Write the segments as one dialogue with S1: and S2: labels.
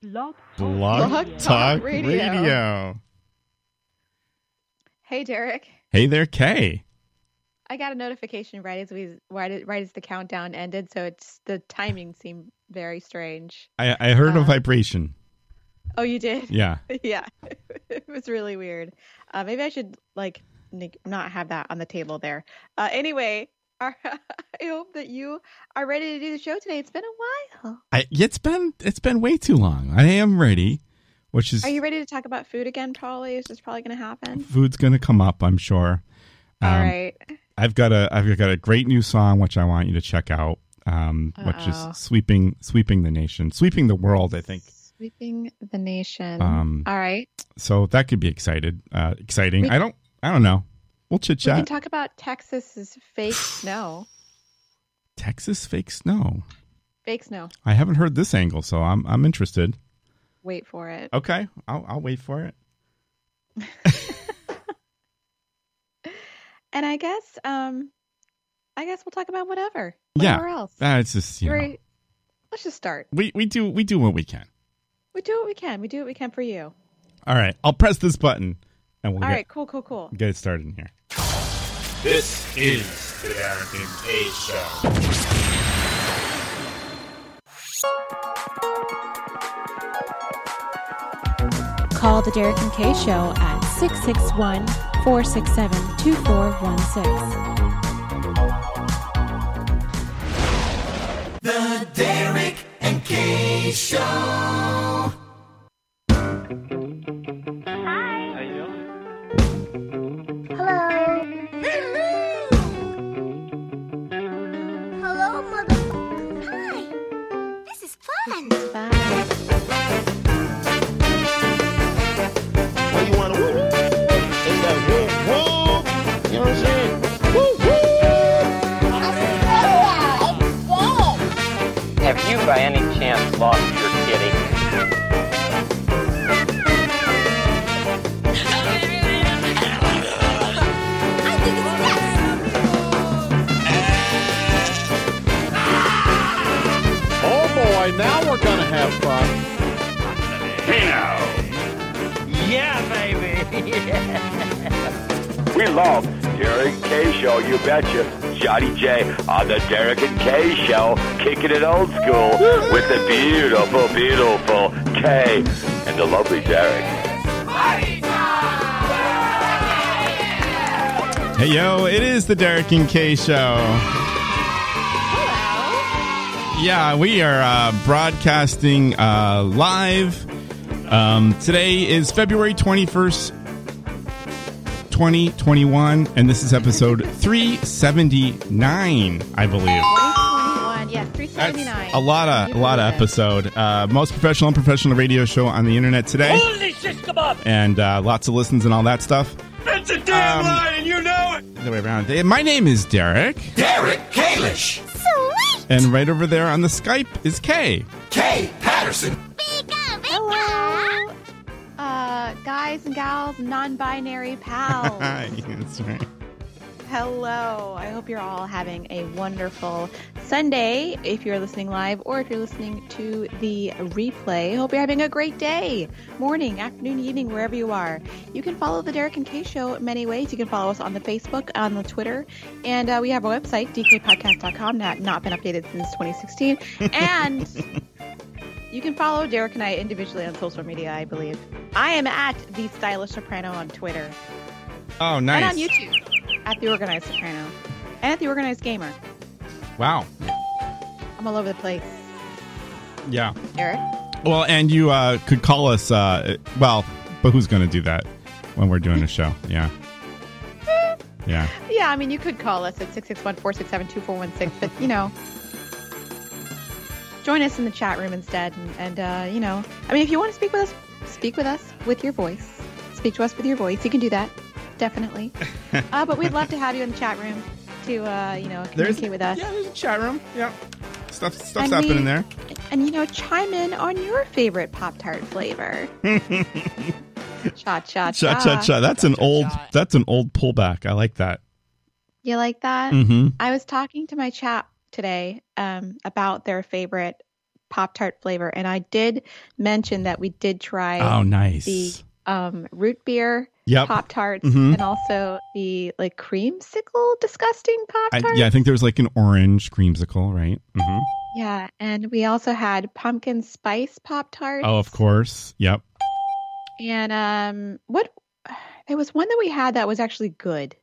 S1: Blog
S2: Blog
S3: Blog
S2: Talk
S3: Talk
S2: Radio.
S3: Radio. Hey, Derek.
S2: Hey there, Kay.
S3: I got a notification right as we right, right as the countdown ended, so it's the timing seemed very strange.
S2: I, I heard a
S3: Uh,
S2: vibration.
S3: Oh, you did?
S2: Yeah.
S3: yeah. it was really weird. Uh, maybe I should like neg- not have that on the table there. Uh, anyway, our, I hope that you are ready to do the show today. It's been a while.
S2: I, it's been it's been way too long. I am ready, which is
S3: Are you ready to talk about food again? Probably is this probably going to happen?
S2: food's going to come up, I'm sure. Um,
S3: All right.
S2: I've got a I've got a great new song which I want you to check out. Um, which
S3: Uh-oh.
S2: is sweeping sweeping the nation, sweeping the world. I think
S3: Sweeping the nation.
S2: Um,
S3: All right.
S2: so. That could be excited, uh, exciting.
S3: We-
S2: I don't I don't know. We'll chit
S3: We can
S2: chat.
S3: talk about Texas's fake snow.
S2: Texas fake snow.
S3: Fake snow.
S2: I haven't heard this angle, so I'm I'm interested.
S3: Wait for it.
S2: Okay, I'll I'll wait for it.
S3: And I guess, um, I guess we'll talk about whatever.
S2: Yeah.
S3: Whatever else.
S2: That's Ah, just you know,
S3: We're- Let's just start.
S2: we we do we do what we can.
S3: We do what we can. We do what we can for you.
S2: All right, I'll press this button and we'll
S3: All
S2: get,
S3: right. Cool. Cool. Cool.
S2: get it started in here.
S4: This is the Derek and Kay Show.
S5: Call the Derek and Kay Show at 661 467 2416.
S6: Hello, mother. Hi. This is fun.
S3: Bye.
S4: What you want to woo? It's that woo woo. You know what I'm saying? Woo woo.
S7: Have you, by any chance, lost your kitty?
S6: I think it's
S4: Oh boy, now we're gonna have fun.
S8: We love Derek and Kay Show, you betcha. Johnny J on the Derek and Kay Show, kicking it old school with the beautiful, beautiful Kay and the lovely Derek.
S2: Hey yo, it is the Derek and Kay show. Yeah, we are uh, broadcasting uh, live. Um, today is February twenty first, twenty twenty one, and this is episode three seventy nine, I believe.
S3: 2021. Yeah.
S2: That's
S3: 379.
S2: a lot of a lot of episode. Uh, most professional and professional radio show on the internet today. And uh, lots of listens and all that stuff.
S4: It's a
S2: damn Um, lie,
S4: and you know it.
S2: The way around. Eh, My name is Derek,
S4: Derek Kalish,
S6: Sweet.
S2: and right over there on the Skype is Kay.
S4: Kay Patterson.
S3: Hello. Uh, guys and gals, non-binary pals.
S2: Hi, that's right.
S3: Hello. I hope you're all having a wonderful Sunday if you're listening live or if you're listening to the replay. Hope you're having a great day, morning, afternoon, evening, wherever you are. You can follow the Derek and Kay Show in many ways. You can follow us on the Facebook, on the Twitter, and uh, we have a website, dkpodcast.com, that not been updated since 2016. And you can follow Derek and I individually on social media, I believe. I am at The Stylish Soprano on Twitter.
S2: Oh,
S3: And on
S2: nice.
S3: YouTube at The Organized Soprano and at The Organized Gamer.
S2: Wow.
S3: I'm all over the place.
S2: Yeah.
S3: Eric?
S2: Well, and you uh, could call us. Uh, well, but who's going to do that when we're doing a show? Yeah. Yeah.
S3: Yeah, I mean, you could call us at 661 467 2416, but you know, join us in the chat room instead. And, and uh, you know, I mean, if you want to speak with us, speak with us with your voice. Speak to us with your voice. You can do that, definitely. uh, but we'd love to have you in the chat room to, uh, you know, communicate with us.
S2: Yeah, there's a chat room. Yeah. Stuff, stuff's
S3: And
S2: happening
S3: we-
S2: there.
S3: And, you know, chime in on your favorite Pop Tart flavor. cha cha
S2: Cha cha
S3: Ah.
S2: cha. That's an old. That's an old pullback. I like that.
S3: You like that?
S2: Mm-hmm.
S3: I was talking to my chat today um, about their favorite Pop Tart flavor. And I did mention that we did try
S2: Oh, nice.
S3: the um, root beer
S2: Yep.
S3: Pop Tarts
S2: Mhm.
S3: and also the like creamsicle disgusting Pop
S2: I,
S3: Tart.
S2: yeah, I think there was like an orange creamsicle, right? hmm
S3: Yeah, and we also had pumpkin spice pop tarts.
S2: Oh, of course. Yep.
S3: And um, what? There was one that we had that was actually good.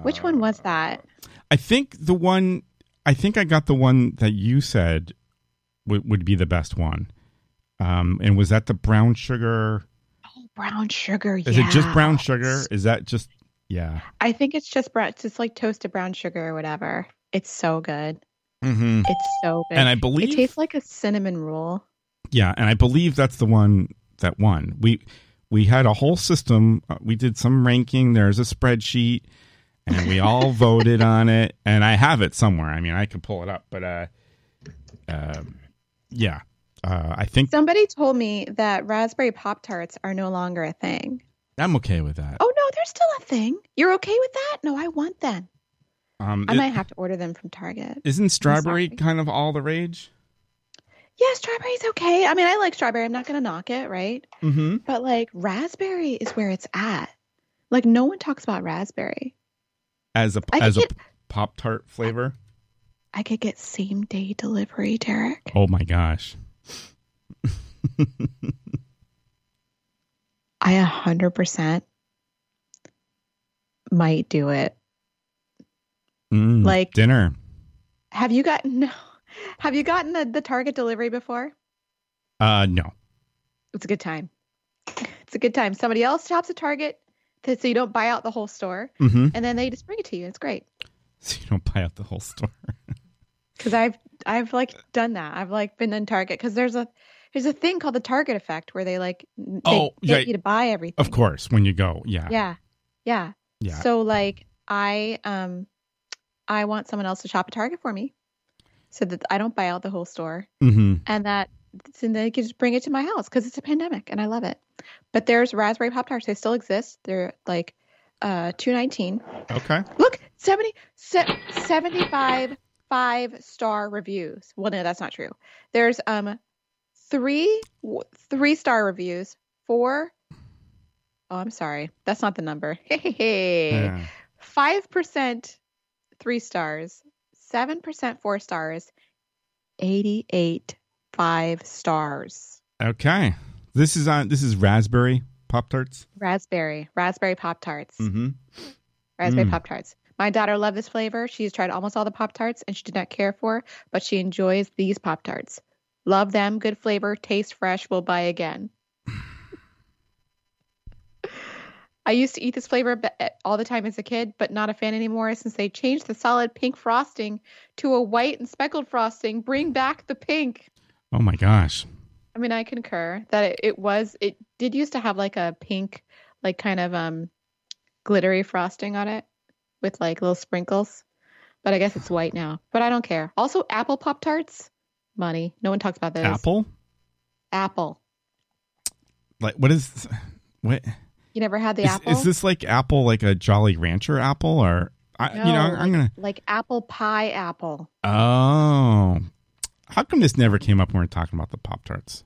S3: Which one was that?
S2: I think the one. I think I got the one that you said would would be the best one. Um, and was that the brown sugar?
S3: Brown sugar.
S2: Is
S3: yeah.
S2: it just brown sugar? Is that just yeah?
S3: I think it's just brown. It's just like toasted brown sugar or whatever. It's so good.
S2: Mm-hmm.
S3: It's so good.
S2: And I believe
S3: it tastes like a cinnamon roll.
S2: Yeah, and I believe that's the one that won. We we had a whole system. Uh, We did some ranking. There's a spreadsheet, and we all voted on it. And I have it somewhere. I mean, I could pull it up, but uh, um, yeah, uh, I think
S3: Somebody told me that raspberry pop tarts are no longer a thing.
S2: I'm okay with that.
S3: Oh no, they're still a thing. You're okay with that? No, I want them.
S2: Um,
S3: Oh, I
S2: is-
S3: might have to order them from Target.
S2: isn't strawberry
S3: sorry.
S2: kind of all the rage?
S3: Yeah, strawberry's okay. I mean, I like strawberry. I'm not gonna knock it, right?
S2: Mm-hmm.
S3: But like raspberry is where it's at. Like no one talks about raspberry.
S2: As a
S3: I
S2: as a
S3: think
S2: pop tart flavor.
S3: I could get same day delivery, Derek.
S2: Oh my gosh.
S3: I a hundred percent might do it.
S2: Mm,
S3: Like-
S2: dinner.
S3: Have you gotten no have you gotten the, the Target delivery before?
S2: Uh, no.
S3: It's a good time. It's a good time. Somebody else shops at Target th- so you don't buy out the whole store
S2: Mm-hmm.
S3: and then they just bring it to you. It's great.
S2: So you don't buy out the whole store.
S3: because I've I've like done that. I've like been in Target because there's a there's a thing called the Target effect where they like n- they
S2: Oh,
S3: get
S2: yeah.
S3: you to buy everything.
S2: Of course, when you go, yeah,
S3: Yeah, yeah.
S2: yeah.
S3: So like I um I want someone else to shop at Target for me, so that I don't buy out the whole store
S2: hmm
S3: and that and they can just bring it to my house because it's a pandemic and I love it. But there's raspberry pop tarts. They still exist. They're like uh two nineteen.
S2: Okay.
S3: Look, 70, se- 75 five star reviews. Well, no, that's not true. There's um three w- three star reviews, four oh I'm sorry. That's not the number.
S2: Yeah.
S3: 5% three stars, 7% four stars, 88 five stars.
S2: Okay. This is on. This is raspberry pop tarts.
S3: Raspberry, raspberry Pop Tarts.
S2: Mm-hmm.
S3: raspberry
S2: Mm.
S3: pop tarts. My daughter loved this flavor. She's tried almost all the pop tarts and she did not care for, but she enjoys these pop tarts. Love them. Good flavor. Taste fresh. Will buy again. I used to eat this flavor ba- eh, all the time as a kid, but not a fan anymore since they changed the solid pink frosting to a white and speckled frosting. Bring back the pink.
S2: Oh my gosh.
S3: I mean, I concur that it, it was it did used to have like a pink, like kind of um glittery frosting on it with like little sprinkles. But I guess it's white now. But I don't care. Also apple pop tarts, money. No one talks about those.
S2: Apple.
S3: Apple.
S2: Like what is? What
S3: You never had the
S2: is,
S3: apple?
S2: is this like apple? Like a Jolly Rancher apple or? I, you know,
S3: No,
S2: I'm gonna.
S3: like apple pie apple.
S2: Oh, how come this never came up when we we're talking about the pop tarts?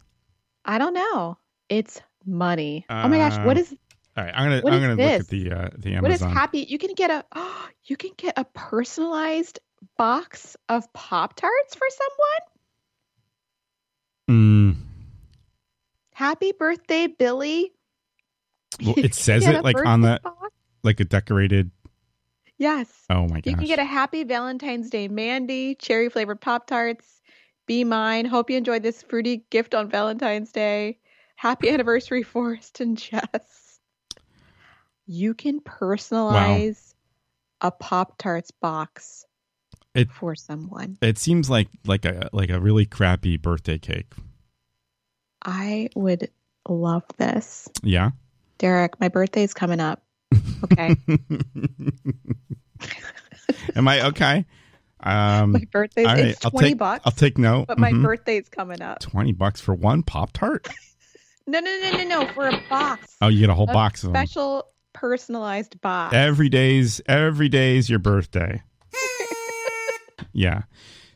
S3: I don't know. It's money. oh my gosh, what
S2: Uh,
S3: is
S2: All right, I'm gonna.
S3: What
S2: I'm
S3: is
S2: gonna look
S3: this?
S2: at the uh, the
S3: what is
S2: Amazon.
S3: happy? You can get a you can get a personalized box of pop tarts for someone.
S2: Mm.
S3: Happy birthday, Billy.
S2: Well,
S3: You
S2: it says
S3: can
S2: it
S3: get a
S2: like on
S3: birthday
S2: the
S3: box.
S2: like a decorated.
S3: Yes.
S2: Oh my
S3: You
S2: gosh.
S3: can get a happy Valentine's Day Mandy, cherry flavored Pop Tarts. Be mine. Hope you enjoyed this fruity gift on Valentine's Day. Happy anniversary, Forrest and Jess. You can personalize a Pop Tarts box
S2: It-
S3: for someone.
S2: it seems like like a like a really crappy birthday cake.
S3: I would love this.
S2: Yeah.
S3: Derek, my birthday's coming up. Okay.
S2: Am I okay? Um,
S3: my birthday's
S2: all right,
S3: it's
S2: I'll
S3: 20
S2: take-
S3: bucks.
S2: I'll take note.
S3: but my
S2: Mhm.
S3: birthday's coming up.
S2: twenty bucks for one pop tart.
S3: No, no, no, no, no, for a box.
S2: Oh, you get a whole
S3: A
S2: box of them.
S3: Special personalized box.
S2: Every day's every day's your birthday. yeah.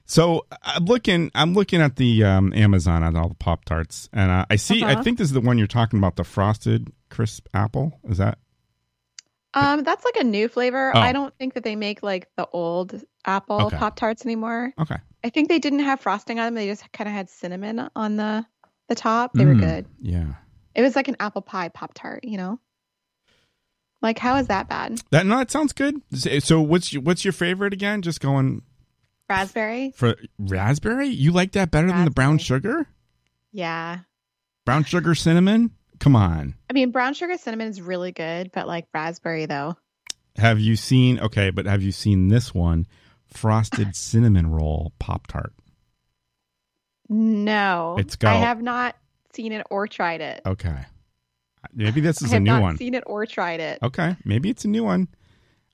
S2: So I'm looking. I'm looking at the um, Amazon on all the Pop Tarts, and uh, I see. I
S3: Uh-huh.
S2: think this is the one you're talking about, the frosted crisp apple. Is that
S3: Um, that's like a new flavor.
S2: Oh.
S3: I don't think that they make like the old apple
S2: Okay.
S3: Pop Tarts anymore.
S2: okay?
S3: I think they didn't have frosting on them. They just kind of had cinnamon on the the top. They were
S2: Mm,
S3: good.
S2: Yeah.
S3: It was like an apple pie Pop Tart, you know? Like, how is that bad?
S2: That no, that sounds good. So what's your, what's your favorite again? Just going
S3: Raspberry?
S2: for raspberry. You like that better than the brown sugar?
S3: Yeah.
S2: Brown sugar cinnamon. Come on.
S3: I mean, brown sugar cinnamon is really good, but like raspberry though.
S2: Have you seen? Okay, but have you seen this one? Frosted cinnamon roll pop tart.
S3: No.
S2: It's got-
S3: I have not seen it or tried it.
S2: Okay. Maybe this is a
S3: I have
S2: new
S3: not
S2: one.
S3: seen it or tried it.
S2: Okay, maybe it's a new one.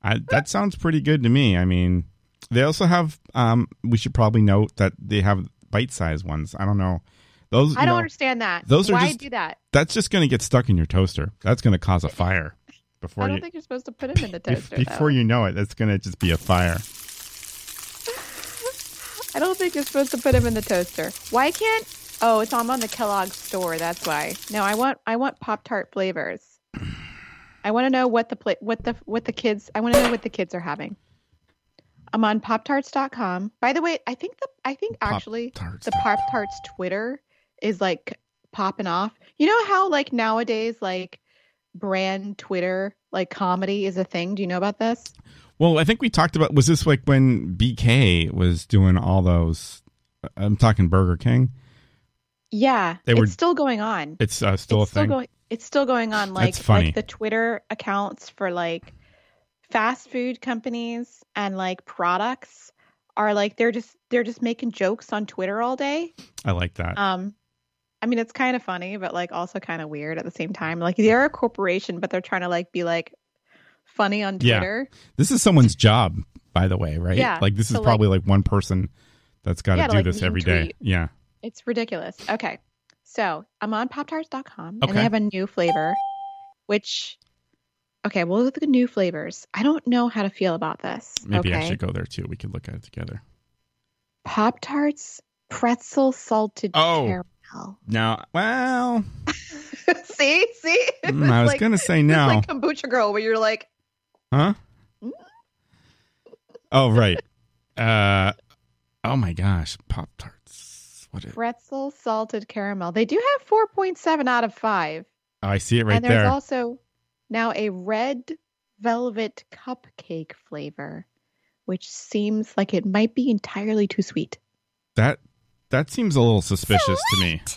S2: I, that sounds pretty good to me. I mean, they also have. Um, we should probably note that they have bite-sized ones. I don't know. Those.
S3: I
S2: you
S3: don't
S2: know,
S3: understand that.
S2: those are
S3: Why
S2: just-
S3: do that?
S2: That's just going to get stuck in your toaster. That's going to cause a fire before
S3: I don't
S2: you.
S3: think you're supposed to put them in the
S2: bef-
S3: toaster.
S2: before
S3: though.
S2: you know it, that's going to just be a fire.
S3: I don't think you're supposed to put them in the toaster. Why can't? Oh, it's I'm on the Kellogg store. That's why. No, I want I want Pop Tart flavors. I want to know what the pla- what the what the kids. I want to know what the kids are having. I'm on PopTarts.com. By the way, I think the I think actually
S2: Pop-Tarts.
S3: the Pop Tarts Twitter is like popping off. You know how like nowadays like brand Twitter like comedy is a thing. Do you know about this?
S2: Well, I think we talked about was this like when BK was doing all those. I'm talking Burger King.
S3: Yeah,
S2: They
S3: it's
S2: were-
S3: still going on.
S2: It's uh, still
S3: it's
S2: a thing.
S3: Still going, it's still going on. Like,
S2: That's funny.
S3: like the Twitter accounts for like fast food companies and like products are like they're just they're just making jokes on Twitter all day.
S2: I like that.
S3: Um, I mean, it's kind of funny, but like also kind of weird at the same time. Like they're a corporation, but they're trying to like be like funny on
S2: Yeah.
S3: Twitter.
S2: This is someone's job, by the way, right?
S3: Yeah.
S2: Like this is
S3: So, like-
S2: probably like, one person that's got to
S3: Yeah,
S2: do
S3: like,
S2: this
S3: mean
S2: every day.
S3: tweet.
S2: Yeah.
S3: It's ridiculous. Okay. So I'm on poptarts.com and
S2: Okay.
S3: they have a new flavor, which, okay, we'll look at the new flavors. I don't know how to feel about this.
S2: Maybe
S3: okay.
S2: I should go there too. We could look at it together.
S3: Pop Tarts pretzel salted
S2: Oh.
S3: caramel.
S2: Now, well,
S3: see? See? It's
S2: mm, I was
S3: like-
S2: going to say
S3: it's
S2: no.
S3: like kombucha girl where you're like,
S2: huh? Oh, right. Uh, oh my gosh. Pop Tarts. What is
S3: pretzel salted caramel. They do have 4.7 out of 5.
S2: Oh, I see it right
S3: and there's
S2: there.
S3: also now a red velvet cupcake flavor, which seems like it might be entirely too sweet.
S2: That that seems a little suspicious to me.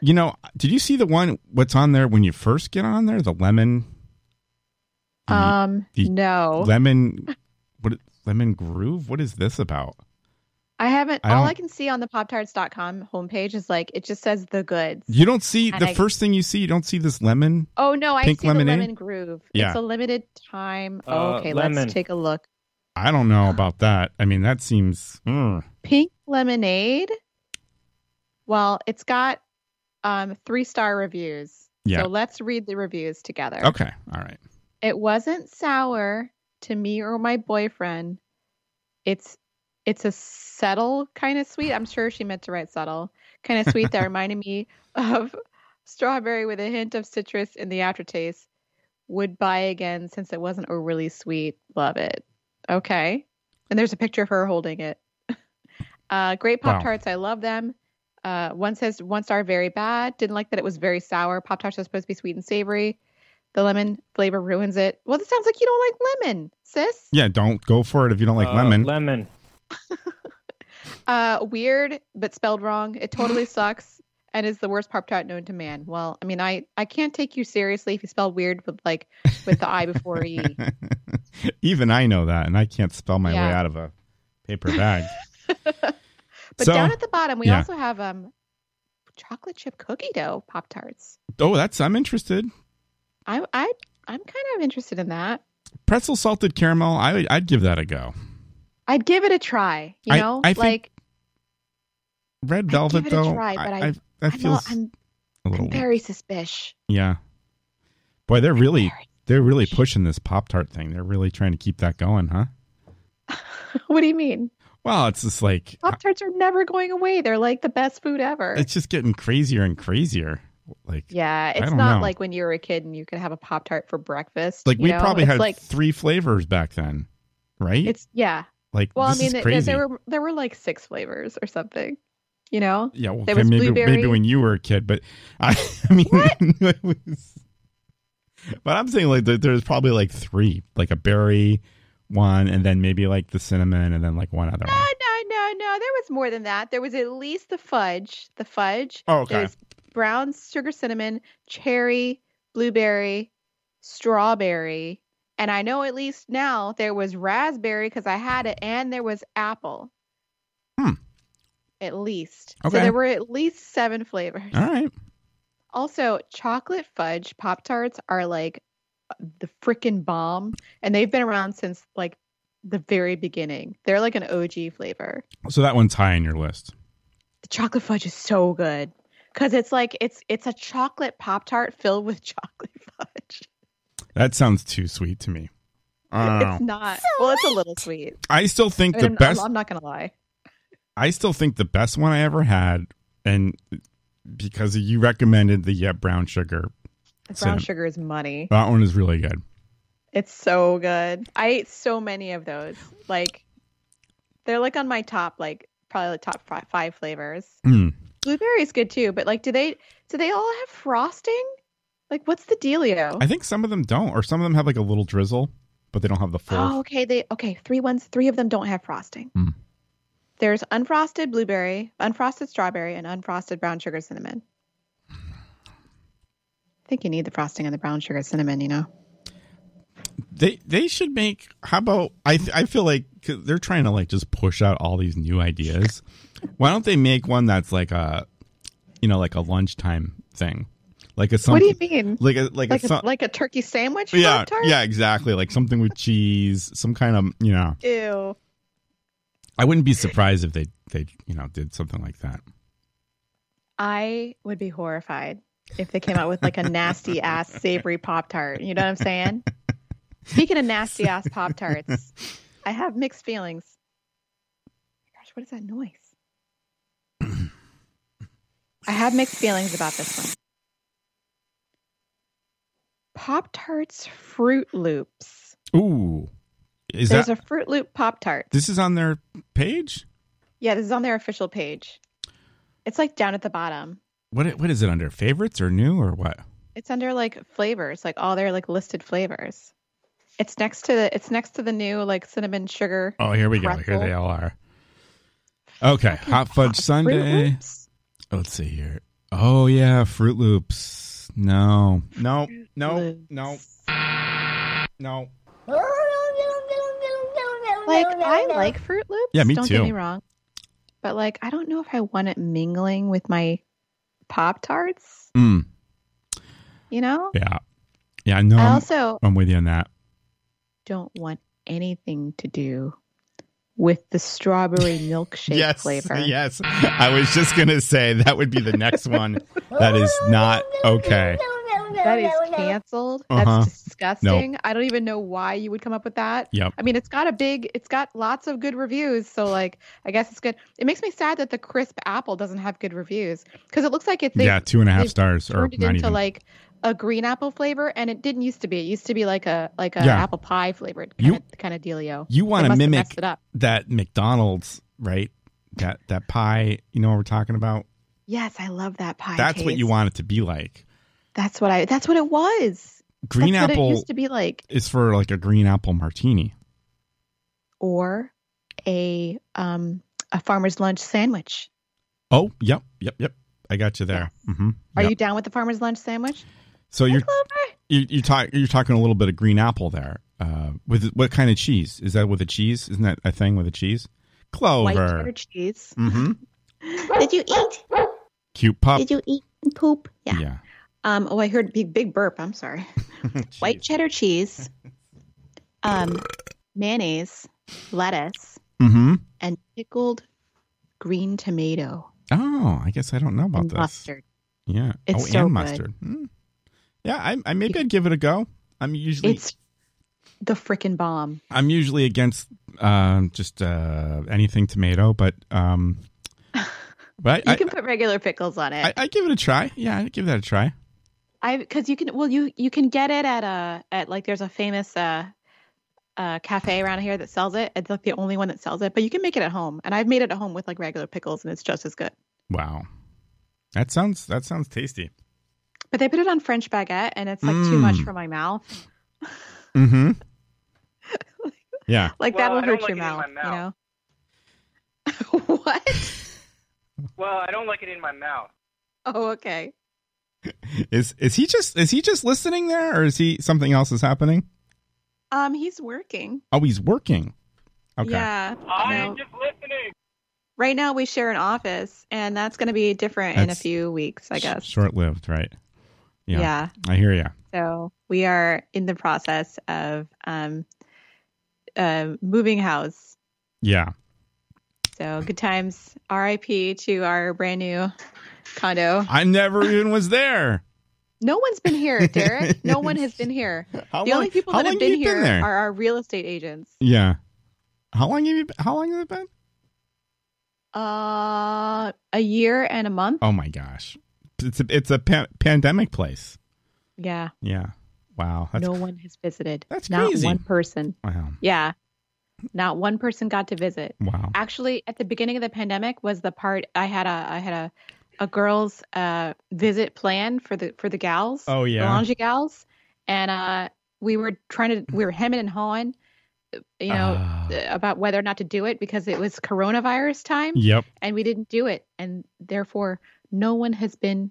S2: You know, did you see the one what's on there when you first get on there? The lemon the
S3: um,
S2: the
S3: no,
S2: lemon what lemon groove? What is this about?
S3: I haven't.
S2: I
S3: all
S2: don't-
S3: I can see on the poptarts.com homepage is like it just says the goods.
S2: You don't see
S3: And
S2: the
S3: I-
S2: first thing you see. You don't see this lemon.
S3: oh no, I
S2: pink
S3: see
S2: lemonade?
S3: the lemon groove.
S2: Yeah.
S3: It's a limited time.
S1: Uh,
S3: okay,
S1: lemon.
S3: let's take a look.
S2: I don't know about that. I mean, that seems. mm.
S3: Pink lemonade. Well, it's got um three star reviews.
S2: Yeah.
S3: So let's read the reviews together.
S2: Okay, all right.
S3: It wasn't sour to me or my boyfriend. It's it's a subtle kind of sweet. I'm sure she meant to write subtle. Kind of sweet that reminded me of strawberry with a hint of citrus in the aftertaste. Would buy again since it wasn't overly sweet. Love it. Okay. And there's a picture of her holding it. Uh, great
S2: Wow.
S3: Pop Tarts. I love them. Uh, one says one star, very bad. Didn't like that it was very sour. Pop Tarts are supposed to be sweet and savory. The lemon flavor ruins it. Well, this sounds like you don't like lemon, sis.
S2: Yeah, don't go for it if you don't like
S1: Uh,
S2: lemon.
S1: Lemon.
S3: Uh, weird, but spelled wrong. It totally sucks and is the worst Pop Tart known to man. Well, I mean, I I can't take you seriously if you spell weird with like with the I before E.
S2: Even I know that, and I can't spell my way
S3: Yeah.
S2: out of a paper bag.
S3: But
S2: So-
S3: down at the bottom, we
S2: yeah.
S3: also have um chocolate chip cookie dough Pop Tarts.
S2: oh, that's I'm interested.
S3: I I I'm kind of interested in that.
S2: Pretzel salted caramel. I would, I'd give that a go.
S3: I'd give it a try. You
S2: I-
S3: know,
S2: I think
S3: like
S2: Red
S3: I'd
S2: velvet
S3: give it a
S2: though.
S3: try, but I-
S2: that
S3: I'm, all,
S2: feels
S3: I'm,
S2: a
S3: I'm
S2: little.
S3: very suspicious.
S2: yeah. Boy, they're really
S3: very
S2: they're really pushing this pop tart thing. They're really trying to keep that going, huh?
S3: what do you mean?
S2: Well, it's just like
S3: Pop tarts are never going away. They're like the best food ever.
S2: it's just getting crazier and crazier. Like
S3: yeah, it's
S2: don't
S3: not
S2: know.
S3: like when you were a kid and you could have a pop tart for breakfast.
S2: like
S3: you
S2: we
S3: know?
S2: probably
S3: It's
S2: had
S3: like
S2: three flavors back then, right?
S3: it's yeah.
S2: like
S3: Well,
S2: this
S3: I mean,
S2: is
S3: th- th-
S2: crazy.
S3: there were there were like six flavors or something. You know,
S2: yeah, well,
S3: there
S2: okay,
S3: was
S2: maybe maybe
S3: blueberry.
S2: when you were a kid, but I, I mean, it was, but I'm saying like there, there's probably like three, like a berry one, and then maybe like the cinnamon, and then like one other one.
S3: no, no, no, no. There was more than that. There was at least the fudge. The fudge.
S2: Oh, okay.
S3: There was brown sugar cinnamon, cherry, blueberry, strawberry, and I know at least now there was raspberry because I had it, and there was apple.
S2: Hmm.
S3: At least.
S2: Okay.
S3: So there were at least seven flavors.
S2: All right,
S3: Also, chocolate fudge Pop Tarts are like the freaking bomb, and they've been around since like the very beginning. They're like an OG flavor.
S2: so that one's high on your list.
S3: The chocolate fudge is so good because it's like it's it's a chocolate Pop Tart filled with chocolate fudge.
S2: That sounds too sweet to me. I don't know.
S3: It's not well, it's a little sweet.
S2: I still think
S3: I mean,
S2: the
S3: I'm-
S2: best.
S3: I'm, I'm not gonna lie.
S2: I still think the best one I ever had, and because you recommended the yeah, brown sugar,
S3: The brown
S2: Cinnamon.
S3: sugar is money.
S2: that one is really good.
S3: It's so good. I ate so many of those. Like they're like on my top, like probably like top fi- five flavors.
S2: Mm.
S3: Blueberry's good too, but like, do they do they all have frosting? Like, what's the dealio?
S2: I think some of them don't, or some of them have like a little drizzle, but they don't have the full.
S3: Oh, okay. They okay. Three ones. Three of them don't have frosting.
S2: Hmm.
S3: There's unfrosted blueberry, unfrosted strawberry, and unfrosted brown sugar cinnamon. I think you need the frosting on the brown sugar cinnamon. You know,
S2: They they should make. How about I? th- I feel like they they're trying to like just push out all these new ideas. Why don't they make one that's like a, you know, like a lunchtime thing, like a something.
S3: what do you mean?
S2: Like a like,
S3: Like
S2: a,
S3: a,
S2: some-
S3: like a turkey sandwich?
S2: yeah
S3: Pop-Tart?
S2: yeah exactly like something with cheese, some kind of you know.
S3: Ew.
S2: I wouldn't be surprised if they they you know did something like that.
S3: I would be horrified if they came out with like a nasty ass savory Pop Tart. You know what I'm saying? Speaking of nasty ass Pop Tarts, I have mixed feelings. Gosh, what is that noise? I have mixed feelings about this one. Pop Tarts Fruit Loops.
S2: Ooh, is
S3: There's
S2: that
S3: a Fruit Loop Pop Tart.
S2: this is on their page?
S3: Yeah, this is on their official page. It's like down at the bottom.
S2: What i- what is it under favorites or new or what?
S3: It's under like flavors, like all their like listed flavors. It's next to the it's next to the new like cinnamon sugar.
S2: Oh, here we go. Here
S3: Pretzel.
S2: they all are. Okay, hot fudge
S3: Fruit
S2: sundae.
S3: Loops.
S2: Let's see here. Oh yeah, Fruit Loops. No, no, no,
S3: Loops.
S2: no, no.
S3: Like I like Fruit Loops.
S2: Yeah, me
S3: Don't
S2: too.
S3: get me wrong. But like I don't know if I want it mingling with my Pop Tarts,
S2: Mm,
S3: you know?
S2: yeah, Um, yeah. No,
S3: I
S2: I'm,
S3: also
S2: I'm with you on that.
S3: don't want anything to do with the strawberry milkshake
S2: yes,
S3: flavor.
S2: yes. I was just gonna say that would be the next one. that is not okay.
S6: Oh,
S3: That is canceled.
S2: Uh-huh.
S3: That's disgusting. I don't even know why you would come up with that.
S2: Yep.
S3: I mean, it's got a big, it's got lots of good reviews. So, like, I guess it's good. It makes me sad that the crisp apple doesn't have good reviews because it looks like it. They
S2: yeah, two and a half
S3: they've
S2: stars or
S3: turned it
S2: not
S3: into
S2: even.
S3: like a green apple flavor, and it didn't used to be. It used to be like a like a
S2: Yeah.
S3: apple pie flavored
S2: You-
S3: kind of kind of dealio.
S2: you
S3: They
S2: want to
S3: must have
S2: mimic
S3: messed it up.
S2: that McDonald's, right? That that pie, you know what we're talking about?
S3: Yes, I love that pie.
S2: that's what you
S3: taste.
S2: want it to be like.
S3: That's what I. That's what it was.
S2: Green
S3: that's What it
S2: apple
S3: used to be like.
S2: is for like a green apple martini.
S3: or a um a farmer's lunch sandwich.
S2: Oh, yep, yep, yep. I got you there. hmm
S3: Are you down with the farmer's lunch sandwich?
S2: so you're
S3: Clover?
S2: you, you talk you're talking a little bit of green apple there. Uh, with what kind of cheese is that? With a cheese? Isn't that a thing with a cheese?
S3: White cheddar
S2: Clover.
S3: cheese.
S2: Mm-hmm.
S6: Did you eat?
S2: Cute pup.
S6: Did you eat poop?
S3: Yeah.
S2: yeah.
S3: Um. Oh, I heard big big burp. I'm sorry. White
S2: Cheese.
S3: cheddar cheese. Um, mayonnaise, lettuce,
S2: Mm-hmm.
S3: and pickled green tomato
S2: Oh, I guess I don't know about
S3: and
S2: this.
S3: mustard.
S2: Yeah.
S3: It's
S2: oh,
S3: so
S2: and
S3: good.
S2: mustard. Mm. Yeah, I, I maybe I'd give it a go. I'm usually
S3: It's The frickin' bomb.
S2: I'm usually against um, just uh, anything tomato, but um, but
S3: You
S2: I,
S3: can put regular pickles on
S2: I,
S3: it.
S2: I give it a try. Yeah, I give that a try.
S3: I because you can well you you can get it at a at like there's a famous uh uh cafe around here that sells it. It's like the only one that sells it, but you can make it at home. And I've made it at home with like regular pickles, and it's just as good.
S2: Wow, that sounds that sounds tasty.
S3: But they put it on French baguette, and it's like too much
S2: Mm.
S3: for my mouth.
S2: Mm-hmm. yeah.
S3: Like
S7: Well,
S3: that'll
S7: I don't
S3: hurt your
S7: like it in
S3: mouth,
S7: my mouth.
S3: You know. what?
S7: Well, I don't like it in my mouth.
S3: Oh, okay.
S2: Is is he just is he just listening there, or is he something else is happening?
S3: Um, he's working.
S2: Oh, he's working. Okay.
S3: Yeah. No.
S7: just listening.
S3: Right now we share an office, and that's going to be different in a
S2: That's-
S3: few weeks, I guess.
S2: Short lived, right? Yeah.
S3: yeah.
S2: I hear you.
S3: So we are in the process of um, uh, moving house.
S2: Yeah.
S3: So good times. R.I.P. to our brand new condo.
S2: I never even was there.
S3: No one's been here, Derek. no one has been here.
S2: How
S3: the
S2: long,
S3: only people
S2: how
S3: that
S2: long
S3: have been
S2: you
S3: here
S2: there?
S3: are our real estate agents.
S2: Yeah. How long have you? Been, how long has it been?
S3: Uh, a year and a month.
S2: Oh my gosh, it's a, it's a pan- pandemic place.
S3: Yeah,
S2: Yeah. Wow. That's
S3: no one has visited.
S2: that's
S3: not
S2: crazy.
S3: one person.
S2: wow.
S3: Yeah, not one person got to visit.
S2: Wow.
S3: actually at the beginning of the pandemic was the part I had a I had a a girls uh visit plan for the for the gals,
S2: Oh
S3: the
S2: yeah.
S3: laundry gals, and uh we were trying to we were hemming and hawing, you know,
S2: Ah.
S3: about whether or not to do it because it was coronavirus time
S2: yep.
S3: and we didn't do it and therefore no one has been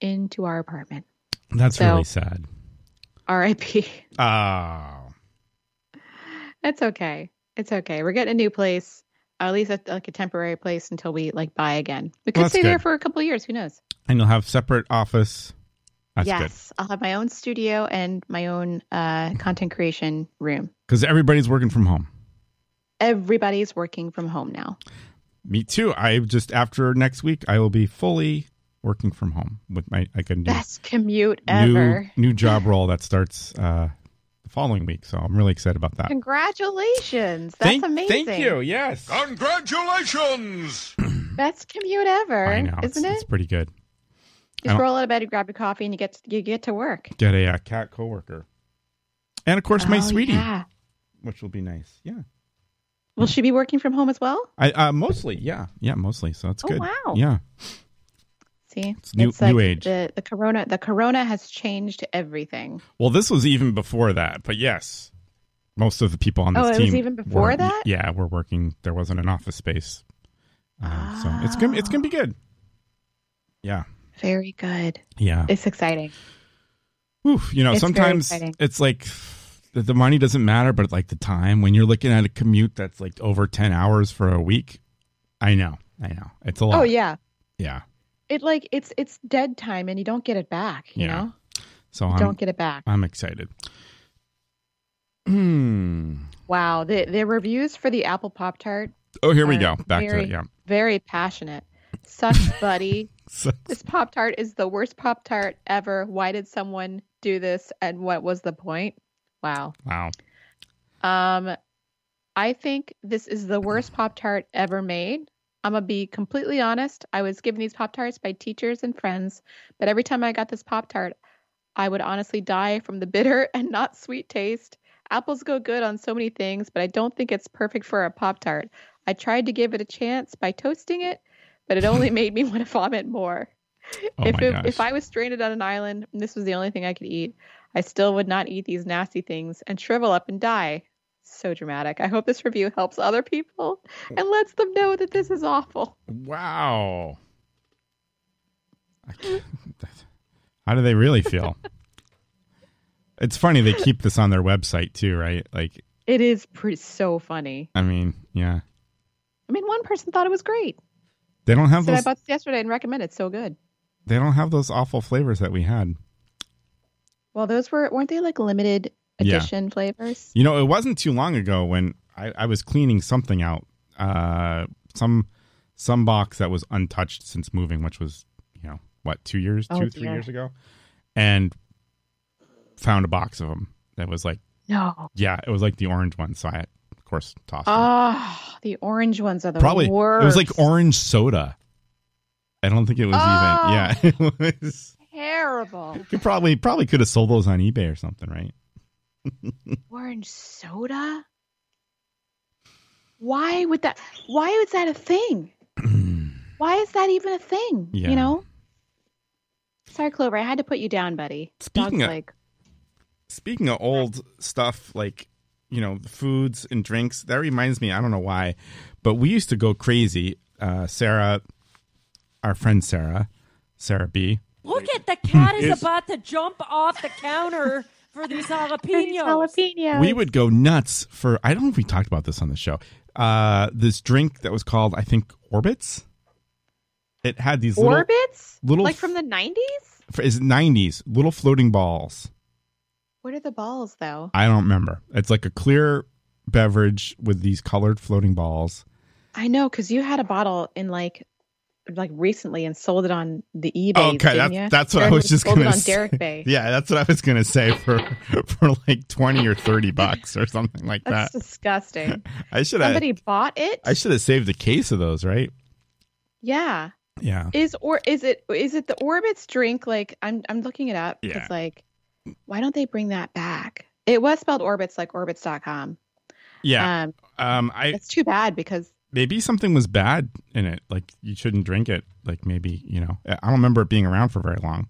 S3: into our apartment.
S2: That's
S3: So-
S2: really sad.
S3: R.I.P.
S2: Oh.
S3: That's okay. It's okay. We're getting a new place, at least a, like a temporary place until we like buy again. We could
S2: that's
S3: stay there
S2: good.
S3: for a couple of years. Who knows?
S2: And you'll have separate office. That's good
S3: yes, I'll have my own studio and my own uh, content creation room.
S2: because everybody's working from home.
S3: Everybody's working from home now.
S2: Me too. I just after next week, I will be fully working from home with my I can do
S3: Best commute
S2: new
S3: ever.
S2: new job role that starts uh, the following week. So I'm really excited about that.
S3: Congratulations. That's
S2: thank,
S3: amazing.
S2: Thank you. Yes,
S8: Congratulations!
S3: Best commute ever,
S2: I know.
S3: isn't
S2: it's,
S3: it?
S2: It's pretty good.
S3: You
S2: I
S3: just
S2: don't-
S3: roll out of bed, you grab your coffee, and you get you get to work.
S2: Get a uh, cat coworker, and of course my
S3: Oh,
S2: sweetie,
S3: Yeah.
S2: which will be nice. Yeah,
S3: Will she be working from home as well?
S2: I uh, mostly. Yeah, yeah, mostly. So it's
S3: Oh,
S2: good.
S3: wow.
S2: Yeah,
S3: See, it's
S2: new- new age.
S3: The, the corona, the corona has changed everything.
S2: Well, this was even before that, but yes, most of the people on this
S3: Oh, it was
S2: team.
S3: even before
S2: were-
S3: that?
S2: Yeah, we're working. There wasn't an office space, um, so it's gonna it's gonna be good. Yeah,
S3: Very good.
S2: yeah.
S3: It's exciting.
S2: Oof, you know,
S3: It's very
S2: sometimes
S3: exciting.
S2: it's like the, the money doesn't matter, but like the time when you're looking at a commute that's like over ten hours for a week. I know, I know, it's a lot.
S3: Oh yeah,
S2: yeah.
S3: it like it's it's dead time, and you don't get it back. You
S2: Yeah.
S3: know,
S2: So
S3: You
S2: I'm
S3: don't get it back.
S2: I'm excited. Hmm.
S3: Wow, the the reviews for the apple pop tart
S2: Oh, here we go.
S3: Are
S2: Back to
S3: Uh, very-
S2: it. Yeah.
S3: very passionate. Sucks, buddy.
S2: So-
S3: this pop tart is the worst pop tart ever. Why did someone do this, and what was the point? Wow.
S2: wow.
S3: Um, I think this is the worst Pop Tart ever made. I'm gonna be completely honest. I was given these Pop Tarts by teachers and friends, but every time I got this Pop Tart, I would honestly die from the bitter and not sweet taste. Apples go good on so many things, but I don't think it's perfect for a Pop Tart. I tried to give it a chance by toasting it, but it only made me want to vomit more.
S2: Oh
S3: if
S2: my
S3: it,
S2: gosh.
S3: if I was stranded on an island and this was the only thing I could eat, I still would not eat these nasty things and shrivel up and die. So dramatic. I hope this review helps other people and lets them know that this is awful.
S2: Wow. I can't- How do they really feel? it's funny they keep this on their website too, right? Like,
S3: It is pretty, so funny.
S2: I mean, yeah,
S3: I mean, one person thought it was great.
S2: they don't have
S3: Said I
S2: those.
S3: bought this yesterday and recommend it. So good.
S2: they don't have those awful flavors that we had.
S3: Well, those were weren't they like limited
S2: Yeah.
S3: edition flavors?
S2: You know, it wasn't too long ago when I, I was cleaning something out, uh, some some box that was untouched since moving, which was you know what two years, two
S3: Oh,
S2: three
S3: dear.
S2: years ago, and found a box of them that was like
S3: No.
S2: Yeah, it was like the orange one, so I of course tossed it.
S3: Oh, the orange ones are the
S2: Probably it
S3: worst.
S2: was like orange soda. I don't think it was
S3: Oh.
S2: even. Yeah, it was.
S3: Terrible.
S2: You probably probably could have sold those on eBay or something, right?
S3: Orange soda? Why would that why is that a thing? why is that even a thing?
S2: Yeah.
S3: You know? Sorry, Clover, I had to put you down, buddy.
S2: Speaking
S3: Dog's
S2: of-
S3: like
S2: Speaking of old stuff like, you know, foods and drinks, that reminds me, I don't know why, but we used to go crazy. Uh, Sarah, our friend Sarah, Sarah B.
S1: Look at the cat is about to jump off the counter for these jalapenos.
S3: jalapeno.
S2: We would go nuts for, I don't know if we talked about this on the show, uh, this drink that was called, I think, Orbits. It had these little,
S3: orbits?
S2: little
S3: like from the nineties?
S2: f- is 90s, little floating balls.
S3: What are the balls though?
S2: I don't remember. It's like a clear beverage with these colored floating balls.
S3: I know, because you had a bottle in like like recently and sold it on the eBay.
S2: Okay,
S3: didn't
S2: that's-
S3: ya?
S2: that's what I
S3: Or
S2: was just
S3: sold it
S2: gonna
S3: on
S2: say.
S3: Derek Bay.
S2: Yeah, that's what I was gonna say for for like twenty or thirty bucks or something like that.
S3: That's disgusting.
S2: I should have
S3: Somebody bought it.
S2: I should have saved a case of those, right?
S3: yeah.
S2: Yeah.
S3: Is or is it is it the Orbitz drink? Like I'm I'm looking it up.
S2: Yeah.
S3: It's like why don't they bring that back? It was spelled Orbitz like Orbitz.com.
S2: Yeah.
S3: Um
S2: Um I
S3: it's too bad because
S2: maybe something was bad in it. Like you shouldn't drink it. Like maybe, you know. I don't remember it being around for very long.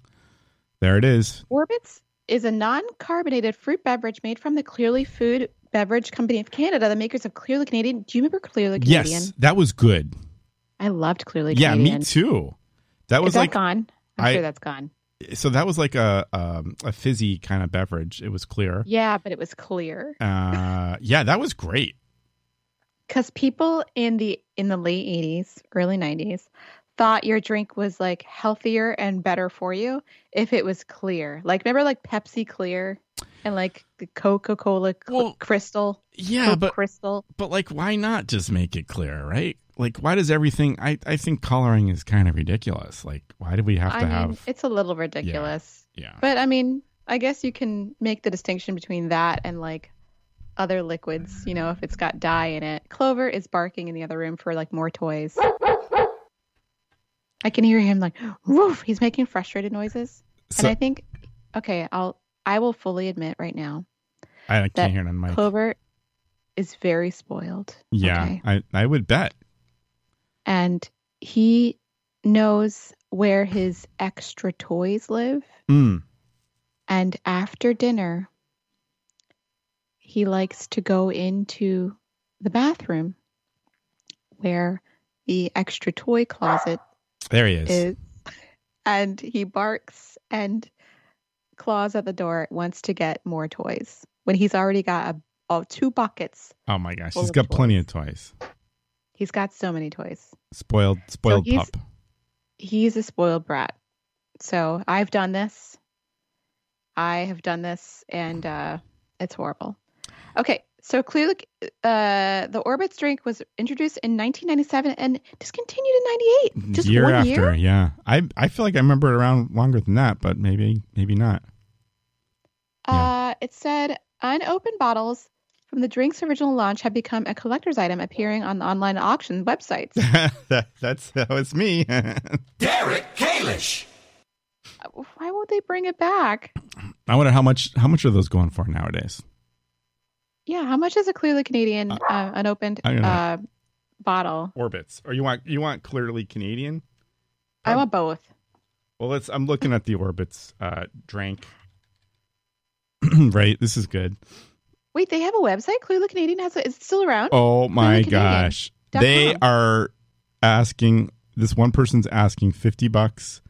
S2: There it is.
S3: Orbitz is a non-carbonated fruit beverage made from the Clearly Food Beverage Company of Canada, the makers of Clearly Canadian. Do you remember Clearly Canadian?
S2: Yes. That was good.
S3: I loved Clearly
S2: yeah,
S3: Canadian.
S2: me too. That was
S3: Is that
S2: like
S3: gone? I'm
S2: I-
S3: sure that's gone.
S2: so that was like a um, a fizzy kind of beverage. It was clear.
S3: Yeah, but it was clear.
S2: Uh, yeah, that was great.
S3: because people in the in the late 80s early 90s thought your drink was like healthier and better for you if it was clear like remember like pepsi clear and like the coca-cola cl-
S2: Well,
S3: crystal
S2: Yeah,
S3: Coke
S2: but
S3: crystal
S2: but like, why not just make it clear, right? Like, why does everything? I I think coloring is kind of ridiculous. Like, why do we have to
S3: i mean
S2: have?
S3: it's a little ridiculous
S2: yeah,
S3: but i mean i guess you can make the distinction between that and like other liquids you know if it's got dye in it clover is barking in the other room for like more toys i can hear him like woof he's making frustrated noises
S2: so,
S3: and I think, okay, I'll I will fully admit right now,
S2: I, can't
S3: that
S2: hear it on mic.
S3: Clover is very spoiled.
S2: yeah,
S3: okay?
S2: I I would bet.
S3: and he knows where his extra toys live.
S2: Mm.
S3: And after dinner, he likes to go into the bathroom where the extra toy closet
S2: There he is.
S3: is and he barks and claws at the door wants to get more toys when he's already got a, oh, two buckets
S2: oh my gosh,
S3: full
S2: he's
S3: of
S2: got plenty of toys.
S3: he's got so many toys
S2: Spoiled, spoiled
S3: he's-
S2: pup.
S3: he's a spoiled brat so i've done this i have done this and uh, it's horrible okay so clearly uh, the orbits drink was introduced in 1997 and discontinued in 98 just
S2: Mm-hmm. year
S3: one
S2: after,
S3: year
S2: yeah. I I feel like I remember it around longer than that, but maybe maybe not.
S3: Uh, it said unopened bottles from the drink's original launch have become a collector's item appearing on the online auction websites.
S2: that, that's that was me. I
S3: Uh, Why won't they bring it back?
S2: wonder how much how much are those going for nowadays?
S3: Yeah, how much is a clearly Canadian uh, unopened
S2: I don't know.
S3: uh, bottle?
S2: Orbits, or you want you want clearly Canadian?
S3: I want both.
S2: Well, let's. I'm looking at the orbits uh, drink. right, this is good.
S3: Wait, they have a website. Clearly Canadian has a, is it still around?
S2: Oh my
S3: Canadian
S2: gosh,
S3: dot
S2: they
S3: com.
S2: are asking. This one person's asking fifty bucks.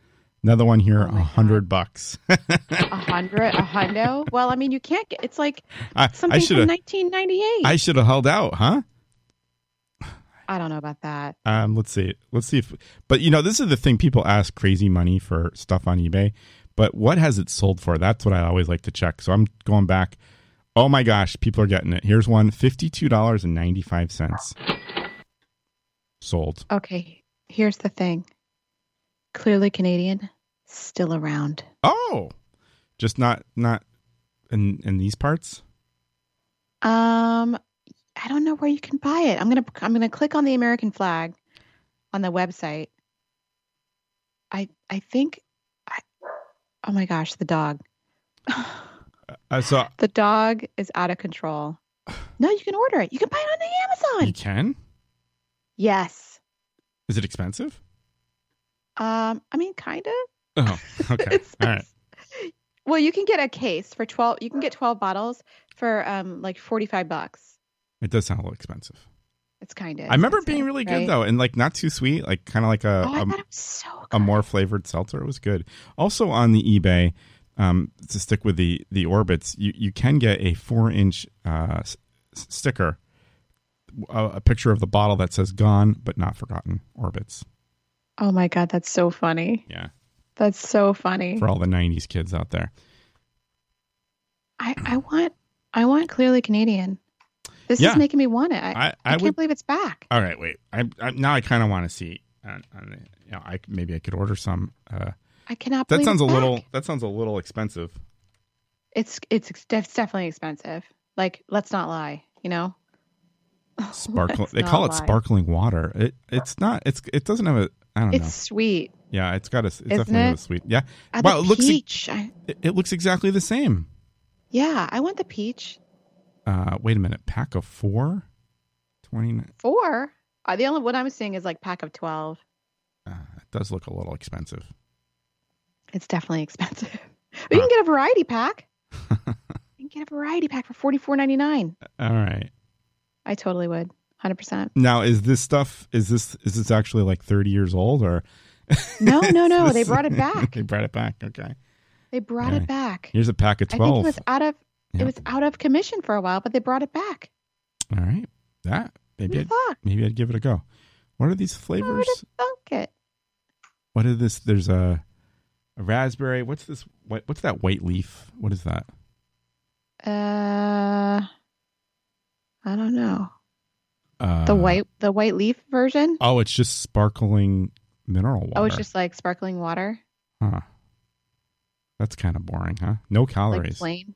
S2: Another one here, a
S3: my
S2: hundred bucks.
S3: A hundred, a hundo. Well, I mean, you can't get. It's like
S2: I, I
S3: something
S2: should have.
S3: from 1998.
S2: I should have held out, huh?
S3: I don't know about that.
S2: Um, let's see. Let's see if. But you know, this is the thing. People ask crazy money for stuff on eBay, but what has it sold for? That's what I always like to check. So I'm going back. Oh my gosh, people are getting it. Here's one: fifty-two dollars and ninety-five cents. Sold.
S3: Okay, here's the thing. Clearly Canadian still around.
S2: Oh, just not not in in these parts.
S3: Um, I don't know where you can buy it. I'm gonna I'm gonna click on the American flag on the website. I I think. I, oh my gosh, the dog.
S2: Uh, so
S3: The dog is out of control. No, you can order it. You can buy it on the
S2: you
S3: Amazon.
S2: can?
S3: Yes.
S2: Is it expensive?
S3: Um, I mean, kind of.
S2: Oh, okay.
S3: It's-
S2: All right.
S3: Well, you can get a case for twelve. You can get twelve bottles for um like forty five bucks.
S2: It does sound a little expensive.
S3: It's kind of.
S2: I remember it being really good Um, though, and like not too sweet, like kind of like a,
S3: oh, I
S2: a-
S3: thought it was so good.
S2: a more flavored seltzer. It was good. Also on the eBay, um, to stick with the the orbits, you you can get a four inch uh, s- s- sticker, a, a picture of the bottle that says "Gone but not forgotten" orbits.
S3: oh my god, that's so funny.
S2: Yeah,
S3: That's so funny.
S2: for all the '90s kids out there.
S3: I I want I want clearly Canadian. This
S2: Yeah.
S3: is making me want it. I, I,
S2: I I
S3: can't
S2: would.
S3: believe it's back.
S2: All right, wait. I, I now I kind of want to see. On, on the, you know, I maybe I could order some. Uh,
S3: I cannot.
S2: that
S3: believe
S2: sounds a
S3: it's
S2: little.
S3: back.
S2: That sounds a little expensive.
S3: It's it's ex- it's definitely expensive. Like, let's not lie. You know.
S2: Sparkling.
S3: Let's
S2: They
S3: not
S2: call it
S3: lie.
S2: sparkling water. It it's not. It's it doesn't have a. I don't
S3: It's
S2: know.
S3: sweet.
S2: Yeah, it's got a. It's definitely
S3: it?
S2: got a sweet. Yeah.
S3: Uh,
S2: wow,
S3: the
S2: it looks. e-
S3: peach. I,
S2: It, it looks exactly the same.
S3: yeah, I want the peach.
S2: Uh, wait a minute. Pack of four. Twenty nine.
S3: Four. Uh, the only what I'm seeing is like pack of twelve.
S2: Uh, it does look a little expensive.
S3: It's definitely expensive. But you can get a variety pack. you can get a variety pack for forty four ninety nine.
S2: All right.
S3: I totally would. Hundred percent.
S2: Now, is this stuff? Is this is this actually like thirty years old or?
S3: No, no, no.
S2: Is
S3: they
S2: this-
S3: brought it back.
S2: they brought it back. Okay.
S3: They brought
S2: Yeah.
S3: it back.
S2: Here's a pack of
S3: I think it
S2: twelve.
S3: was out of
S2: Yeah.
S3: it was out of commission for a while, but they brought it back.
S2: All right. That maybe
S3: Who
S2: I'd,
S3: the fuck?
S2: maybe I'd give it a go. What are these
S3: Who
S2: flavors?
S3: would have thunk it?
S2: What is this? There's a, a raspberry. What's this? What, what's that white leaf? What is that?
S3: Uh, I don't know.
S2: Uh,
S3: The white the white leaf version.
S2: Oh, it's just sparkling mineral water.
S3: Oh, it's just like sparkling water,
S2: Huh. That's kind of boring, huh? No
S3: like
S2: calories.
S3: plain.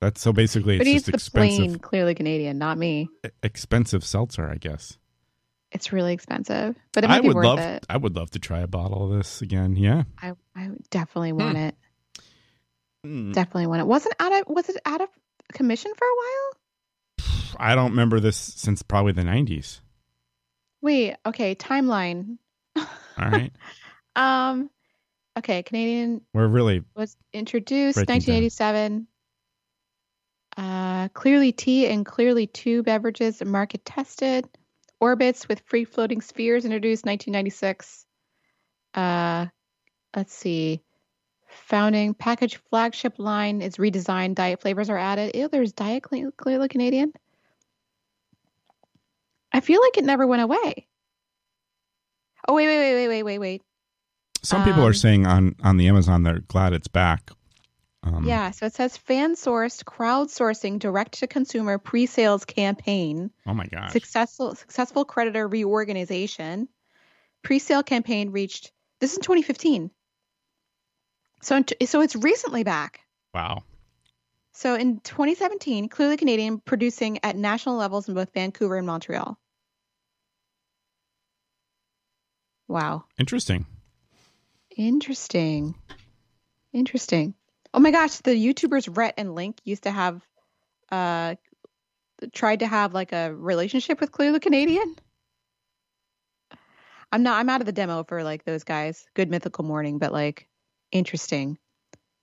S2: That's so basically
S3: But
S2: it's
S3: he's
S2: just
S3: the
S2: expensive, e,
S3: plain, clearly Canadian, not me.
S2: expensive seltzer, I guess.
S3: It's really expensive, but it might
S2: I
S3: be
S2: would
S3: worth
S2: love.
S3: it.
S2: I would love to try a bottle of this again. Yeah.
S3: I, I would definitely
S2: Hmm.
S3: want it.
S2: Mm,
S3: Definitely want it. Wasn't out of was it out of commission for a while?
S2: I don't remember this since probably the '90s.
S3: Wait, okay, timeline.
S2: All right,
S3: Um, okay, Canadian
S2: we're really
S3: was introduced
S2: Breaking down.
S3: 1987. Uh, clearly tea and clearly two beverages market tested. Orbits with free floating spheres introduced 1996. Uh, let's see. Founding package flagship line is redesigned. Diet flavors are added. Ew, there's diet Cle- clearly Canadian. I feel like it never went away. Oh wait, wait, wait, wait, wait, wait, wait.
S2: Some people are
S3: Um,
S2: saying on on the Amazon they're glad it's back. Um,
S3: Yeah, so it says fan sourced crowdsourcing direct to consumer pre sales campaign,
S2: Oh my gosh.
S3: successful successful creditor reorganization. Pre sale campaign reached this is in 2015. So in t- so it's recently back.
S2: Wow.
S3: So in 2017, Clearly Canadian producing at national levels in both Vancouver and Montreal. Wow.
S2: Interesting.
S3: Interesting. Interesting. Oh my gosh, the YouTubers Rhett and Link used to have uh tried to have like a relationship with Clearly Canadian. I'm not I'm out of the demo for like those guys. Good mythical morning, but like interesting.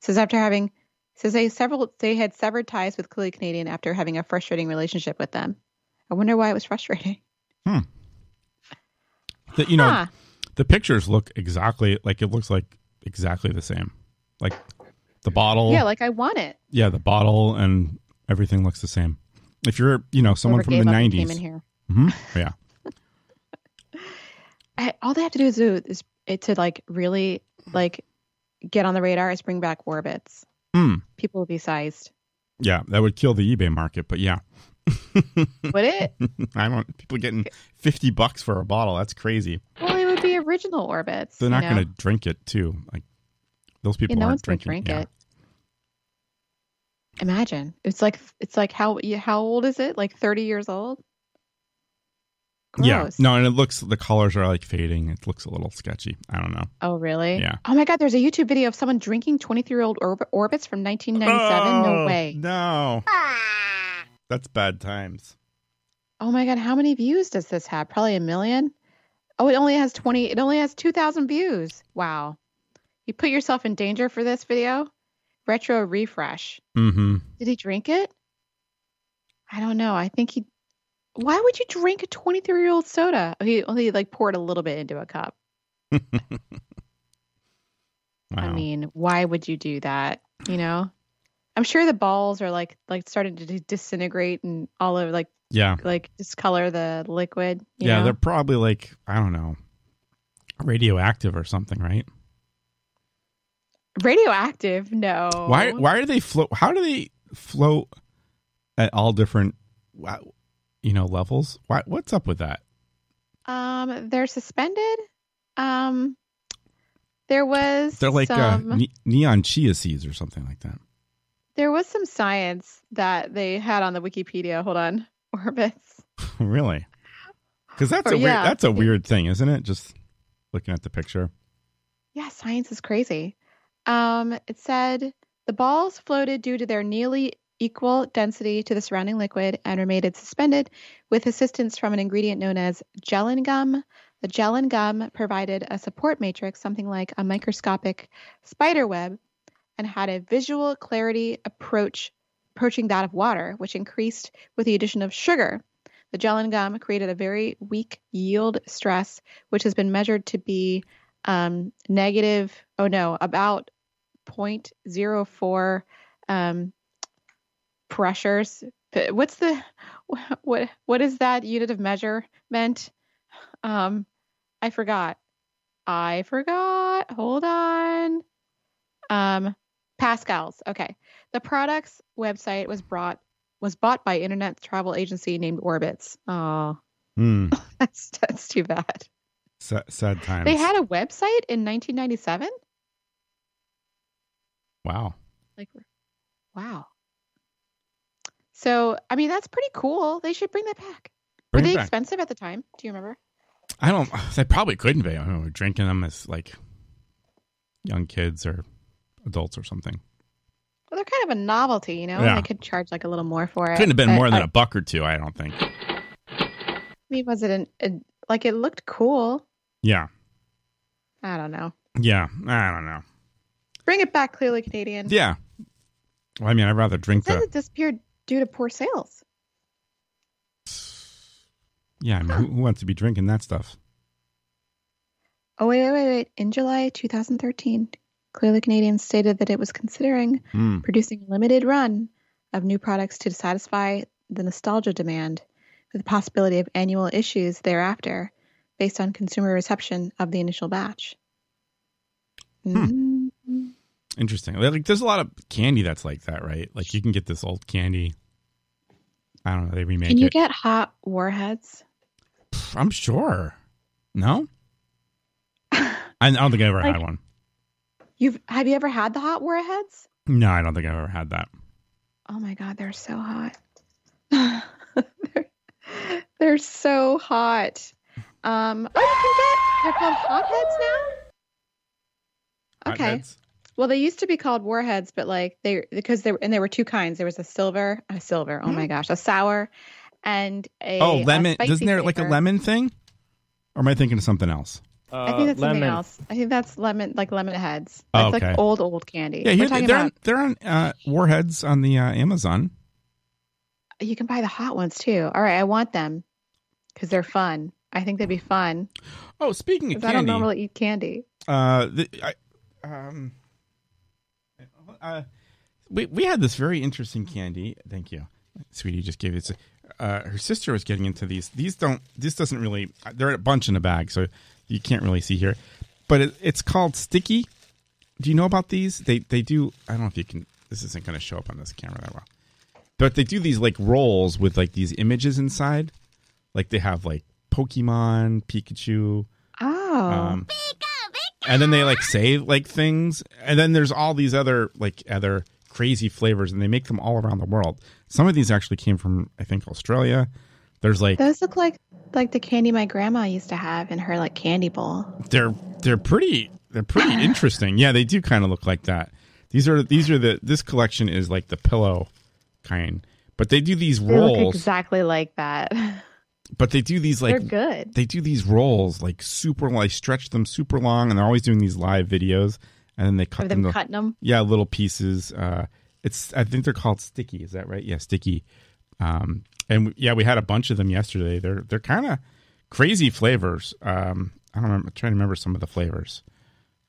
S3: Says after having says they several they had severed ties with Clearly Canadian after having a frustrating relationship with them. I wonder why it was frustrating. Ah,
S2: That you know
S3: Huh.
S2: the pictures look exactly like it looks like exactly the same. Like the bottle.
S3: Yeah, like I want it.
S2: yeah, the bottle and everything looks the same. If you're, you know, someone
S3: Whoever
S2: from the
S3: gave up and came in
S2: '90s,
S3: here.
S2: hmm yeah,
S3: I, all they have to do is do is it to like really like get on the radar is bring back orbits.
S2: Hmm.
S3: People will be sized.
S2: yeah, that would kill the eBay market. But yeah, Hmm.
S3: Would it?
S2: I don't. People getting fifty bucks for a bottle. That's crazy.
S3: well, it would be original orbits.
S2: They're
S3: you
S2: not
S3: know?
S2: going to drink it too. Like those people
S3: no
S2: aren't
S3: one's gonna
S2: drinking. yeah.
S3: drink it. Imagine it's like it's like how you- how old is it? Like thirty years old?
S2: Yeah.
S3: Gross.
S2: No, and it looks the colors are like fading. It looks a little sketchy. I don't know.
S3: Oh really?
S2: Yeah.
S3: Oh my God! There's a YouTube video of someone drinking twenty three year old orb- orbits from nineteen ninety seven.
S2: Oh,
S3: No way.
S2: No. That's bad times.
S3: Oh my God! How many views does this have? Probably a million. Oh, it only has twenty. It only has two thousand views. Wow. You put yourself in danger for this video. Retro refresh.
S2: Mm-hmm.
S3: Did he drink it? I don't know. I think he. Why would you drink a 23 year old soda? Oh, He only like poured a little bit into a cup.
S2: Wow.
S3: I mean, why would you do that? You know, I'm sure the balls are like like starting to disintegrate and all over like
S2: yeah.
S3: like discolor the liquid. you
S2: Yeah,
S3: know?
S2: they're probably like, I don't know, radioactive or something, right?
S3: radioactive. No.
S2: Why why are they float how do they float at all different wow, you know, levels? Why what's up with that?
S3: Um, they're suspended. Um, there was
S2: They're like
S3: some...
S2: uh, ne- neon chia seeds or something like that.
S3: There was some science that they had on the Wikipedia. Hold on, orbits.
S2: really? Cuz that's a
S3: Or,
S2: weird
S3: Oh, yeah.
S2: that's a weird thing, isn't it? Just looking at the picture.
S3: Yeah, science is crazy. Um, it said the balls floated due to their nearly equal density to the surrounding liquid and remained suspended with assistance from an ingredient known as gelin gum. The gelin gum provided a support matrix, something like a microscopic spider web, and had a visual clarity approach approaching that of water, which increased with the addition of sugar. The gelin gum created a very weak yield stress, which has been measured to be um, negative, oh no, about 0.04 um, pressures. P- What's the, wh- what, what is that unit of measurement? Um, I forgot. I forgot. Hold on. Um, Pascal's. Okay. The product's website was brought, was bought by internet travel agency named Orbitz. Oh,
S2: Hmm.
S3: that's, that's too bad.
S2: Sa- sad times.
S3: They had a website in 1997.
S2: wow.
S3: Like, wow. So, I mean, that's pretty cool. They should bring that back.
S2: Bring
S3: Were
S2: it
S3: they
S2: back.
S3: expensive at the time? Do you remember?
S2: I don't. They probably couldn't be. I don't know, drinking them as like young kids or adults or something.
S3: Well, they're kind of a novelty, you know.
S2: Yeah.
S3: They could charge like a little more for it.
S2: Couldn't have been
S3: But
S2: more than
S3: I
S2: a buck or two. I don't think.
S3: mean, was it an, an- like it looked cool?
S2: Yeah.
S3: I don't know.
S2: Yeah. I don't know.
S3: Bring it back, clearly Canadian.
S2: Yeah. Well, I mean, I'd rather drink
S3: Says
S2: the.
S3: it disappeared due to poor sales.
S2: Yeah. I mean, who, who wants to be drinking that stuff?
S3: Oh wait, wait, wait, wait! In July 2013, clearly Canadian stated that it was considering
S2: Hmm.
S3: producing a limited run of new products to satisfy the nostalgia demand with the possibility of annual issues thereafter based on consumer reception of the initial batch. Mm.
S2: Interesting. Like, there's a lot of candy that's like that, right? Like, you can get this old candy. I don't know. They remake
S3: Can you
S2: it.
S3: get hot warheads?
S2: Pff, I'm sure. No. I don't think I ever had one.
S3: You've have you ever had the hot warheads?
S2: No, I don't think I've ever had that.
S3: Oh my god, they're so hot. they're, they're so hot. Um, oh, you can get they're called hotheads now.
S2: Hot
S3: Okay.
S2: heads?
S3: Well, they used to be called warheads, but like they because there and there were two kinds. There was a silver, a silver. Oh my gosh, a sour, and a
S2: Mm-hmm. Oh,
S3: uh,
S2: lemon.
S3: spicy
S2: Isn't there like a
S3: flavor.
S2: lemon thing? Or am I thinking of something else?
S3: I think that's something else. I think that's lemon, like lemon heads.
S2: Oh,
S3: That's
S2: okay.
S3: like old old candy.
S2: Yeah,
S3: We're
S2: here,
S3: talking
S2: they're on,
S3: about-
S2: they're on uh, warheads on the uh, Amazon.
S3: you can buy the hot ones too. All right, I want them because they're fun. I think they'd be fun
S2: Oh, speaking of
S3: because I don't
S2: candy,
S3: normally eat candy.
S2: uh, the, I, um, uh, we we had this very interesting candy. Thank you, sweetie. Just gave it. To, uh, her sister was getting into these. These don't. This doesn't really. They're a bunch in a bag, so you can't really see here. But it, it's called sticky. Do you know about these? They they do. I don't know if you can. This isn't going to show up on this camera that well. But they do these like rolls with like these images inside. Like they have like Pokemon, Pikachu,
S3: Oh,
S2: um, and then they like say like things, and then there's all these other like other crazy flavors, and they make them all around the world. Some of these actually came from, I think, Australia. There's like
S3: Those look like like the candy my grandma used to have in her like candy bowl.
S2: they're they're pretty they're pretty interesting. Yeah, they do kind of look like that. These are these are the this collection is like the pillow kind, but they do these
S3: They look
S2: rolls.
S3: exactly like that.
S2: But they do these like
S3: They're good.
S2: they do these rolls like super like stretch them super long and they're always doing these live videos and then they cut
S3: Of them
S2: to-
S3: cutting them.
S2: yeah little pieces uh it's i think they're called sticky is that right yeah sticky um and we- yeah we had a bunch of them yesterday they're they're kind of crazy flavors um i don't remember I'm trying to remember some of the flavors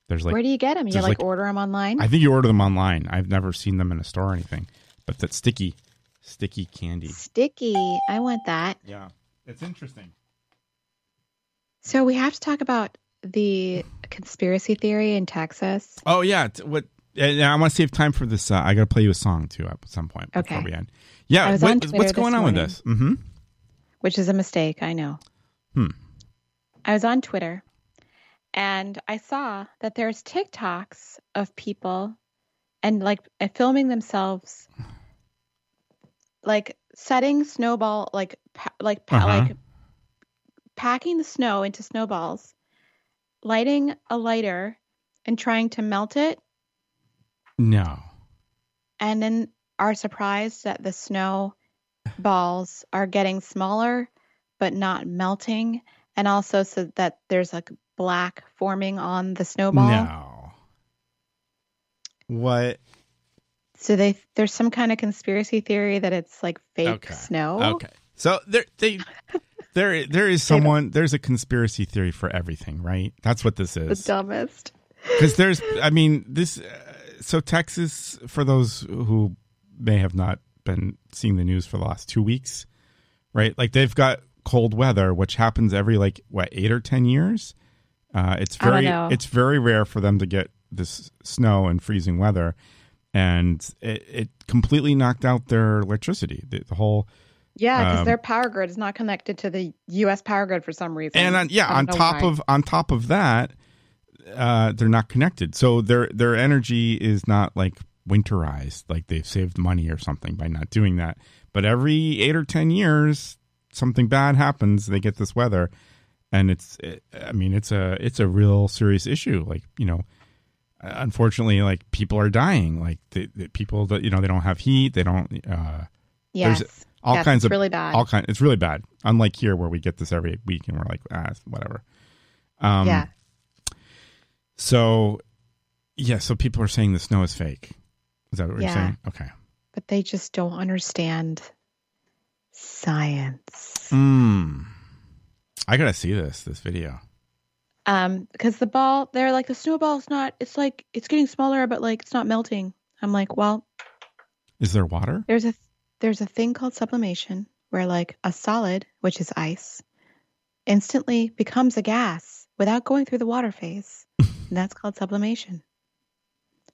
S2: there's like
S3: Where do you get them? You
S2: there's
S3: like,
S2: like-
S3: order them online.
S2: i think you order them online i've never seen them in a store or anything but that sticky sticky candy
S3: Sticky. I want that.
S2: yeah it's interesting
S3: So we have to talk about the conspiracy theory in Texas.
S2: Oh yeah, t- what? And I want to save time for this. Uh, I got to play you a song too at some point before
S3: Okay.
S2: we end. Yeah,
S3: I was
S2: what-
S3: on Twitter
S2: what's going
S3: this
S2: on with
S3: morning.
S2: this? Mm-hmm.
S3: which is a mistake, I know.
S2: Hmm.
S3: I was on Twitter and I saw that there's TikToks of people and like uh, filming themselves like setting snowball like pa- like pa-
S2: Uh-huh.
S3: like packing the snow into snowballs, lighting a lighter and trying to melt it
S2: No,
S3: and then are surprised that the snow balls are getting smaller but not melting and also so that there's like black forming on the snowball
S2: no. What?
S3: so they there's some kind of conspiracy theory that it's like fake
S2: Okay.
S3: snow
S2: Okay, so there they. There, there is someone. There's a conspiracy theory for everything, right? That's what this
S3: the
S2: is.
S3: dumbest
S2: Because there's, I mean, this. Uh, so Texas, for those who may have not been seeing the news for the last two weeks, right? Like they've got cold weather, which happens every like what eight or ten years. Uh, it's
S3: I don't
S2: very,
S3: know.
S2: it's very rare for them to get this snow and freezing weather, and it, it completely knocked out their electricity. The, the whole
S3: yeah because
S2: Um,
S3: their power grid is not connected to the us power grid for some reason
S2: and on, yeah,
S3: I don't
S2: on
S3: know
S2: top
S3: why.
S2: of on top of that, uh, they're not connected, so their their energy is not like winterized. Like they've saved money or something by not doing that. But every eight or ten years, something bad happens. They get this weather, and it's it, I mean it's a it's a real serious issue. Like you know, unfortunately, like people are dying. Like the, the people that you know they don't have heat. They don't. Uh,
S3: yes
S2: all
S3: Yes,
S2: kinds
S3: it's
S2: of
S3: really bad
S2: all kind. It's really bad. Unlike here, where we get this every week, and we're like, ah, whatever. Um,
S3: yeah
S2: So, yeah. So people are saying the snow is fake. Is that what you're
S3: Yeah.
S2: saying? Okay.
S3: but they just don't understand science
S2: Hmm. I gotta see this this video.
S3: um because the ball they're like the snowball's not it's like it's getting smaller but like it's not melting i'm like well
S2: Is there water?
S3: there's a there's a thing called sublimation where like a solid which is ice instantly becomes a gas without going through the water phase and that's called sublimation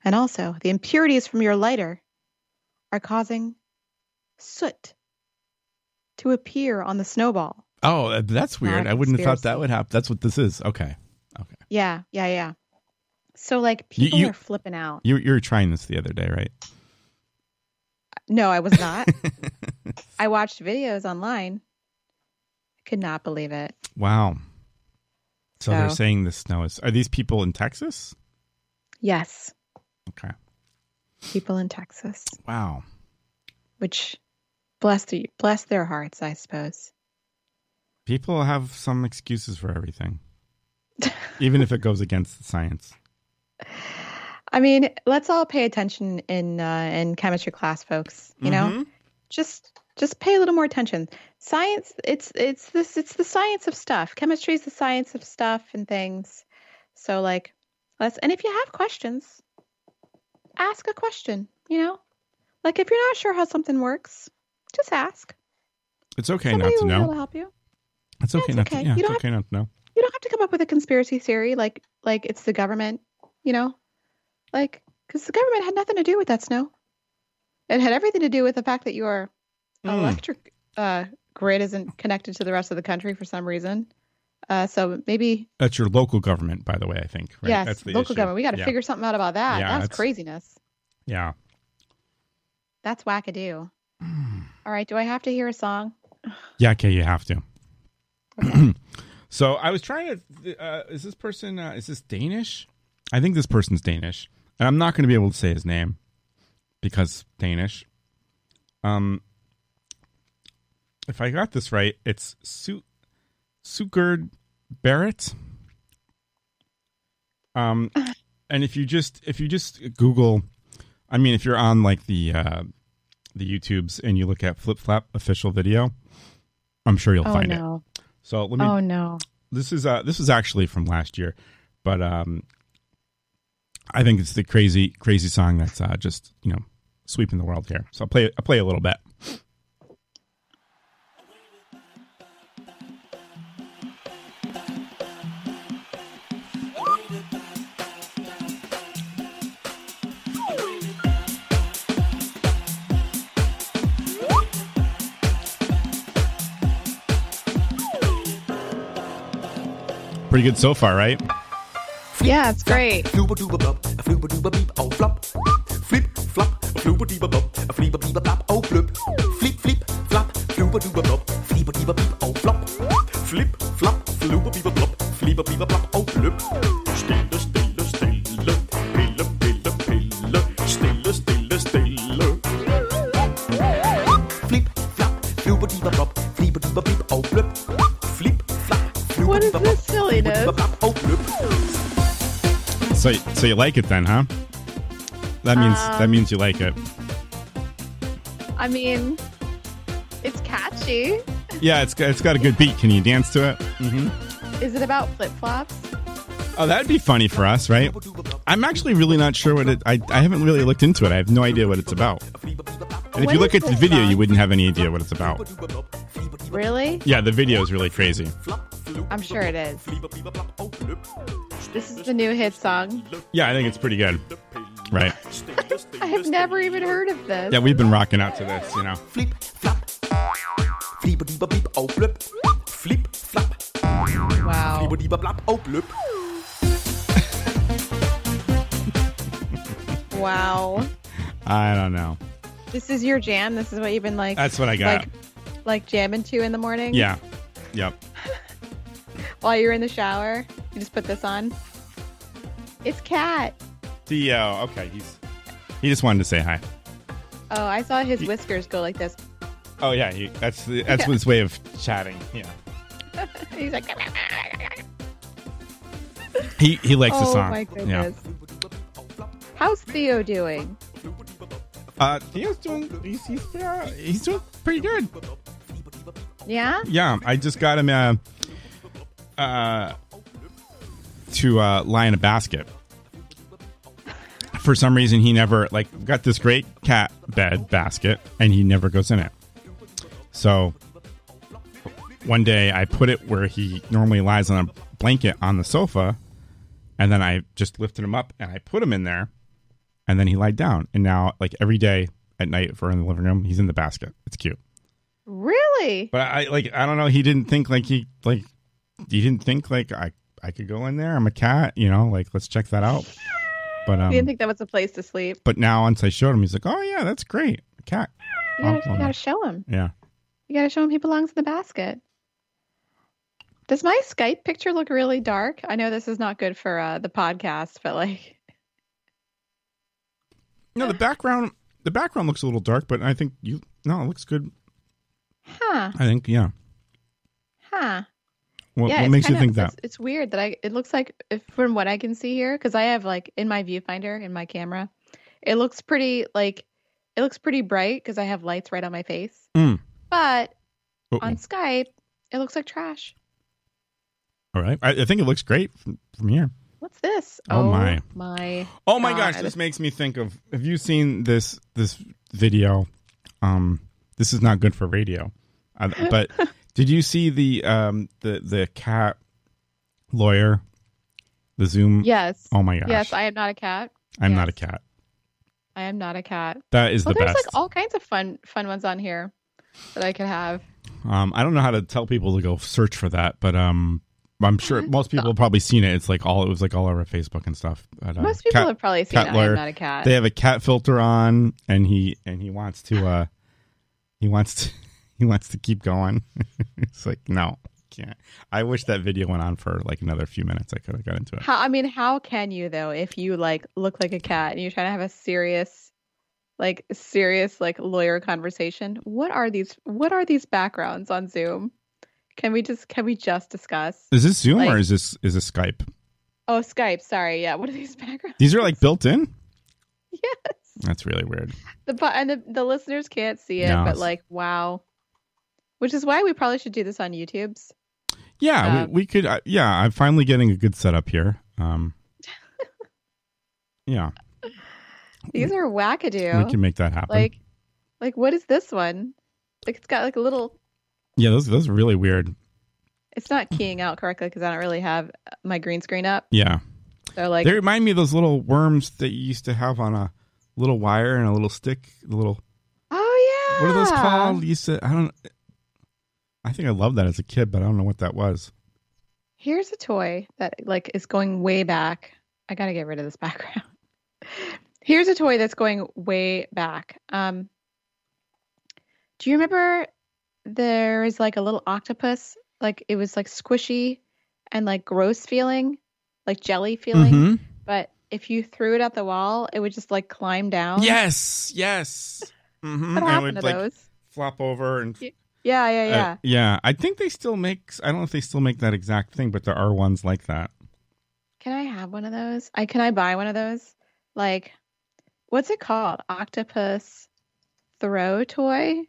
S3: and also the impurities from your lighter are causing soot to appear on the snowball
S2: Oh, uh, that's weird.
S3: Not a
S2: I wouldn't have thought that
S3: conspiracy.
S2: would happen. That's what this is. Okay.
S3: yeah yeah yeah so like
S2: You-
S3: people
S2: you-
S3: are flipping out
S2: You you were trying this the other day, right?
S3: No, I was not. I watched videos online. I could not believe it.
S2: Wow. So they're
S3: So-
S2: saying the snow is. Are these people in Texas?
S3: Yes,
S2: Okay.
S3: people in Texas,
S2: Wow.
S3: which bless the bless their hearts, I suppose.
S2: People have some excuses for everything, even if it goes against the science.
S3: I mean, let's all pay attention in uh, in chemistry class, folks. You
S2: Mm-hmm.
S3: know, just just pay a little more attention. Science, it's it's this it's the science of stuff. Chemistry is the science of stuff and things. So like, let's and if you have questions, ask a question. You know, like if you're not sure how something works, just ask.
S2: It's okay
S3: Somebody
S2: not to
S3: will be able
S2: know.
S3: to help you.
S2: It's okay
S3: it's
S2: not to
S3: okay.
S2: yeah,
S3: You
S2: it's
S3: don't
S2: okay not to know.
S3: You don't have to come up with a conspiracy theory like like it's the government. You know, like because the government had nothing to do with that snow. It had everything to do with the fact that your
S2: Mm.
S3: electric uh, grid isn't connected to the rest of the country for some reason. Uh, so maybe
S2: That's your local government, by the way, I think. Right?
S3: yes,
S2: That's the
S3: local
S2: issue.
S3: government. We got to
S2: yeah.
S3: figure something out about that.
S2: Yeah,
S3: that's
S2: that's-
S3: craziness.
S2: Yeah.
S3: That's wackadoo.
S2: Hmm.
S3: All right. Do I have to hear a song?
S2: Yeah, okay, you have to. so I was trying to. Uh, is this person? Uh, is this Danish? I think this person's Danish, and I'm not going to be able to say his name because Danish. Um, if I got this right, it's Su- Sugerd Barrett. Um, and if you just if you just Google, I mean, if you're on like the uh, the YouTubes and you look at Flip Flap official video, I'm sure you'll
S3: oh
S2: find it.
S3: no.
S2: So let me.
S3: oh no.
S2: This is uh, this is actually from last year, but um, I think it's the crazy crazy song that's uh, just you know sweeping the world here. So I'll play I'll play a little bit. Pretty good so far, right?
S3: Yeah, it's great.
S9: Flooba dooba bop, a flooba dooba beep, oh flop. Flip, flop, a flooba dooba bop, a flooba beeba blop, oh flip. Flip, flip, flop, flooba dooba bop, flooba dooba beep, oh flop. Flip, flop, flooba beeba blop, flooba beeba blop, oh flip. Stille, stille, stille, pille, pille, pille, stille, stille, stille. Flip, flap, flooba dooba blop, flooba dooba beep, oh flip. Flip, flap, flooba
S3: What is
S9: dooba blop,
S3: this silliness?
S9: flooba dooba blop, oh flip.
S2: So so you like it then, huh? That means
S3: Um,
S2: that means you like it.
S3: I mean, it's catchy.
S2: Yeah, it's got, it's got a good beat. Can you dance to it? hmm
S3: Is it about flip flops?
S2: Oh, that'd be funny for us, right? I'm actually really not sure what it. I I haven't really looked into it. I have no idea what it's about.
S9: oh,
S2: And if
S3: What
S2: you look at
S3: is
S2: the
S3: this
S2: video,
S3: song?
S2: you wouldn't have any idea what it's about.
S3: Really?
S2: Yeah, the video is really crazy.
S3: I'm sure it is. This is the new hit song.
S2: Yeah, I think it's pretty good. Right.
S3: I have never even heard of this.
S2: Yeah, we've been rocking out to this, you know.
S9: Flip, flap. Flieber, dieber, blieb, oh, blub. Flip, flap.
S3: Wow.
S9: Flieber, dieber, blab, oh, blub.
S3: Wow.
S2: I don't know.
S3: This is your jam. This is what you've been like.
S2: That's what I got.
S3: Like, like jamming to in the morning.
S2: Yeah. Yep.
S3: While you're in the shower, you just put this on. It's cat.
S2: Theo. Okay, he's he just wanted to say hi.
S3: Oh, I saw his
S2: Ye-
S3: whiskers go like this.
S2: Oh yeah, he, that's the, that's his way of chatting. Yeah.
S3: He's like.
S2: He he likes the
S3: oh
S2: song.
S3: my goodness. How's Theo doing?
S2: Yeah. Uh, Theo's doing he's he's, uh, he's doing pretty good.
S3: Yeah.
S2: Yeah, I just got him uh, uh to uh, lie in a basket. For some reason, he never like got this great cat bed basket, and he never goes in it. So one day, I put it where he normally lies on a blanket on the sofa, and then I just lifted him up and I put him in there, and then he lied down. And now, like every day at night, if we're in the living room, he's in the basket. It's cute.
S3: Really?
S2: But I like I don't know. He didn't think like he like he didn't think like I I could go in there. I'm a cat, you know. Like let's check that out. But
S3: You didn't
S2: um,
S3: think that was a place to sleep.
S2: but now once I showed him, he's like, oh yeah, that's great, a cat.
S3: You gotta,
S2: Oh,
S3: you
S2: oh, no.
S3: gotta show him.
S2: Yeah.
S3: You gotta show him he belongs in the basket. Does my Skype picture look really dark? I know this is not good for uh, the podcast, but like,
S2: No, the background the background looks a little dark, but I think you no, it looks good.
S3: huh,
S2: I think yeah.
S3: huh.
S2: What,
S3: yeah,
S2: what
S3: it's
S2: makes you
S3: kinda-
S2: think that?
S3: It's, it's weird that I. It looks like if, from what I can see here, because I have like in my viewfinder in my camera, it looks pretty like it looks pretty bright because I have lights right on my face.
S2: Mm.
S3: But
S2: Oh,
S3: on Skype, it looks like trash.
S2: Oh, all right, I, I think it looks great from, from here.
S3: What's this?
S2: Oh, my.
S3: my.
S2: Oh my gosh,
S3: God.
S2: this makes me think of have you seen this this video? Um this is not good for radio. Uh, but did you see the um the the cat lawyer the Zoom?
S3: Yes.
S2: Oh my gosh.
S3: Yes, I am not a cat.
S2: I'm not a
S3: yes.
S2: cat.
S3: I am not a cat.
S2: That is
S3: Oh,
S2: the
S3: there's
S2: best.
S3: like all kinds of fun fun ones on here that I could have.
S2: um I don't know how to tell people to go search for that, but um I'm sure most people have probably seen it. It's like all it was like all over Facebook and stuff. But, uh,
S3: Most people
S2: cat-
S3: have probably seen
S2: cat
S3: it.
S2: lawyer.
S3: I'm not a cat.
S2: They have a cat filter on, and he and he wants to. uh He wants to. He wants to keep going. it's like no, can't. I wish that video went on for like another few minutes. I could have got into it.
S3: How I mean, how can you though if you like look like a cat and you're trying to have a serious like serious like lawyer conversation? What are these what are these backgrounds on Zoom? Can we just can we just discuss?
S2: Is this Zoom or
S3: Like-
S2: is this is this Skype?
S3: Oh, Skype, sorry. Yeah, what are these backgrounds?
S2: These are like built in.
S3: Yes.
S2: That's really weird.
S3: The bu- and the, the listeners can't see it,
S2: No,
S3: but
S2: it's-
S3: like wow. Which is why we probably should do this on YouTube's.
S2: Yeah,
S3: Um,
S2: we, we could. Uh, yeah, I'm finally getting a good setup here. Um, yeah,
S3: These are wackadoo.
S2: we can make that happen.
S3: like like what is this one? Like it's got like a little
S2: yeah, those those are really weird.
S3: it's not keying out correctly because I don't really have my green screen up.
S2: Yeah,
S3: So like
S2: they remind me of those little worms that you used to have on a little wire and a little stick. The little
S3: Oh yeah.
S2: what are those called? You used to. I don't. I think I loved that as a kid, but I don't know what that was.
S3: Here's a toy that like is going way back. I gotta get rid of this background. Here's a toy that's going way back. Um, do you remember there is like a little octopus? Like it was like squishy and like gross feeling, like jelly
S2: Mm-hmm.
S3: feeling. But if you threw it at the wall, it would just like climb down.
S2: Yes. Yes. Mm-hmm.
S3: What happened to those?
S2: flop over and
S3: Yeah,
S2: Uh,
S3: yeah, yeah.
S2: yeah. I think they still make. I don't know if they still make that exact thing, but there are ones like that.
S3: Can I have one of those? I can I buy one of those? Like, what's it called? Octopus throw toy?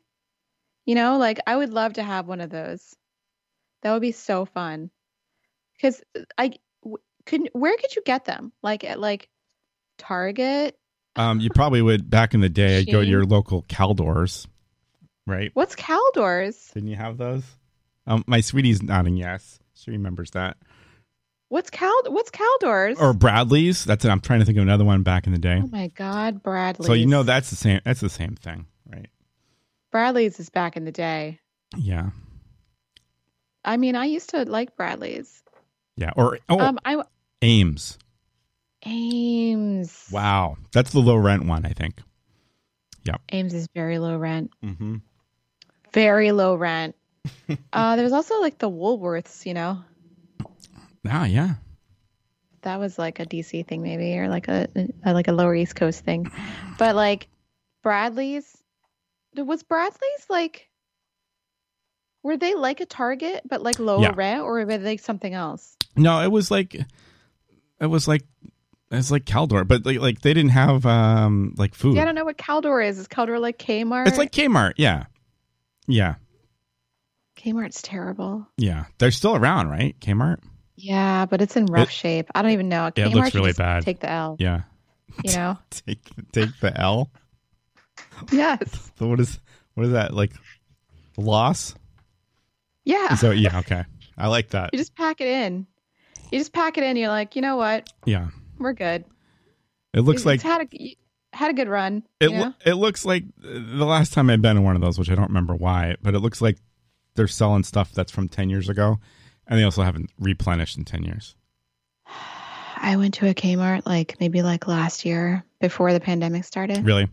S3: You know, like I would love to have one of those. That would be so fun. Cuz I w- couldn't where could you get them? Like at like Target?
S2: Um, you probably would back in the day. I'd go to
S3: Shame.
S2: your local Caldors, right?
S3: What's Caldors?
S2: Didn't you have those? Um, my sweetie's nodding yes. She remembers that.
S3: What's Cal what's Caldors?
S2: Or Bradley's. That's it. I'm trying to think of another one back in the day.
S3: Oh my god, Oh, Bradley's.
S2: So you know that's the same. That's the same thing, right?
S3: Bradley's is back in the day.
S2: Yeah,
S3: I mean, I used to like Bradley's.
S2: yeah. Or oh,
S3: Um I
S2: Ames.
S3: Ames.
S2: Wow, that's the low rent one, I think.
S3: Ames is very low rent.
S2: Mm-hmm.
S3: Very low rent. uh, there was also like the Woolworths, you know,
S2: Ah, yeah.
S3: that was like a DC thing maybe, or like a, a like a Lower East Coast thing, but like Bradley's was Bradley's like were they like a Target but like lower
S2: Yeah.
S3: rent, or were they something else?
S2: No, it was like it was like it was like Caldor, but like, like they didn't have um like food.
S3: Yeah, I don't know what Caldor is. Is Caldor like Kmart?
S2: it's like Kmart, yeah. Yeah.
S3: Kmart's terrible.
S2: Yeah. They're still around, right? Kmart?
S3: Yeah, but it's in rough shape. I don't even know.
S2: Yeah, it
S3: Kmart
S2: looks
S3: should
S2: really
S3: just
S2: bad.
S3: Take the L.
S2: Yeah.
S3: You know.
S2: Take take the L.
S3: yes.
S2: So what is what is that? Like loss?
S3: Yeah.
S2: So yeah, okay. I like that.
S3: You just pack it in. You just pack it in. You're like, you know what?
S2: Yeah.
S3: We're good.
S2: It looks
S3: It's
S2: like
S3: had a had a good run.
S2: it
S3: you know?
S2: lo- it looks like the last time I'd been in one of those, which I don't remember why, but it looks like they're selling stuff that's from 10 years ago and they also haven't replenished in 10 years.
S3: I went to a Kmart like maybe like last year before the pandemic started.
S2: Really?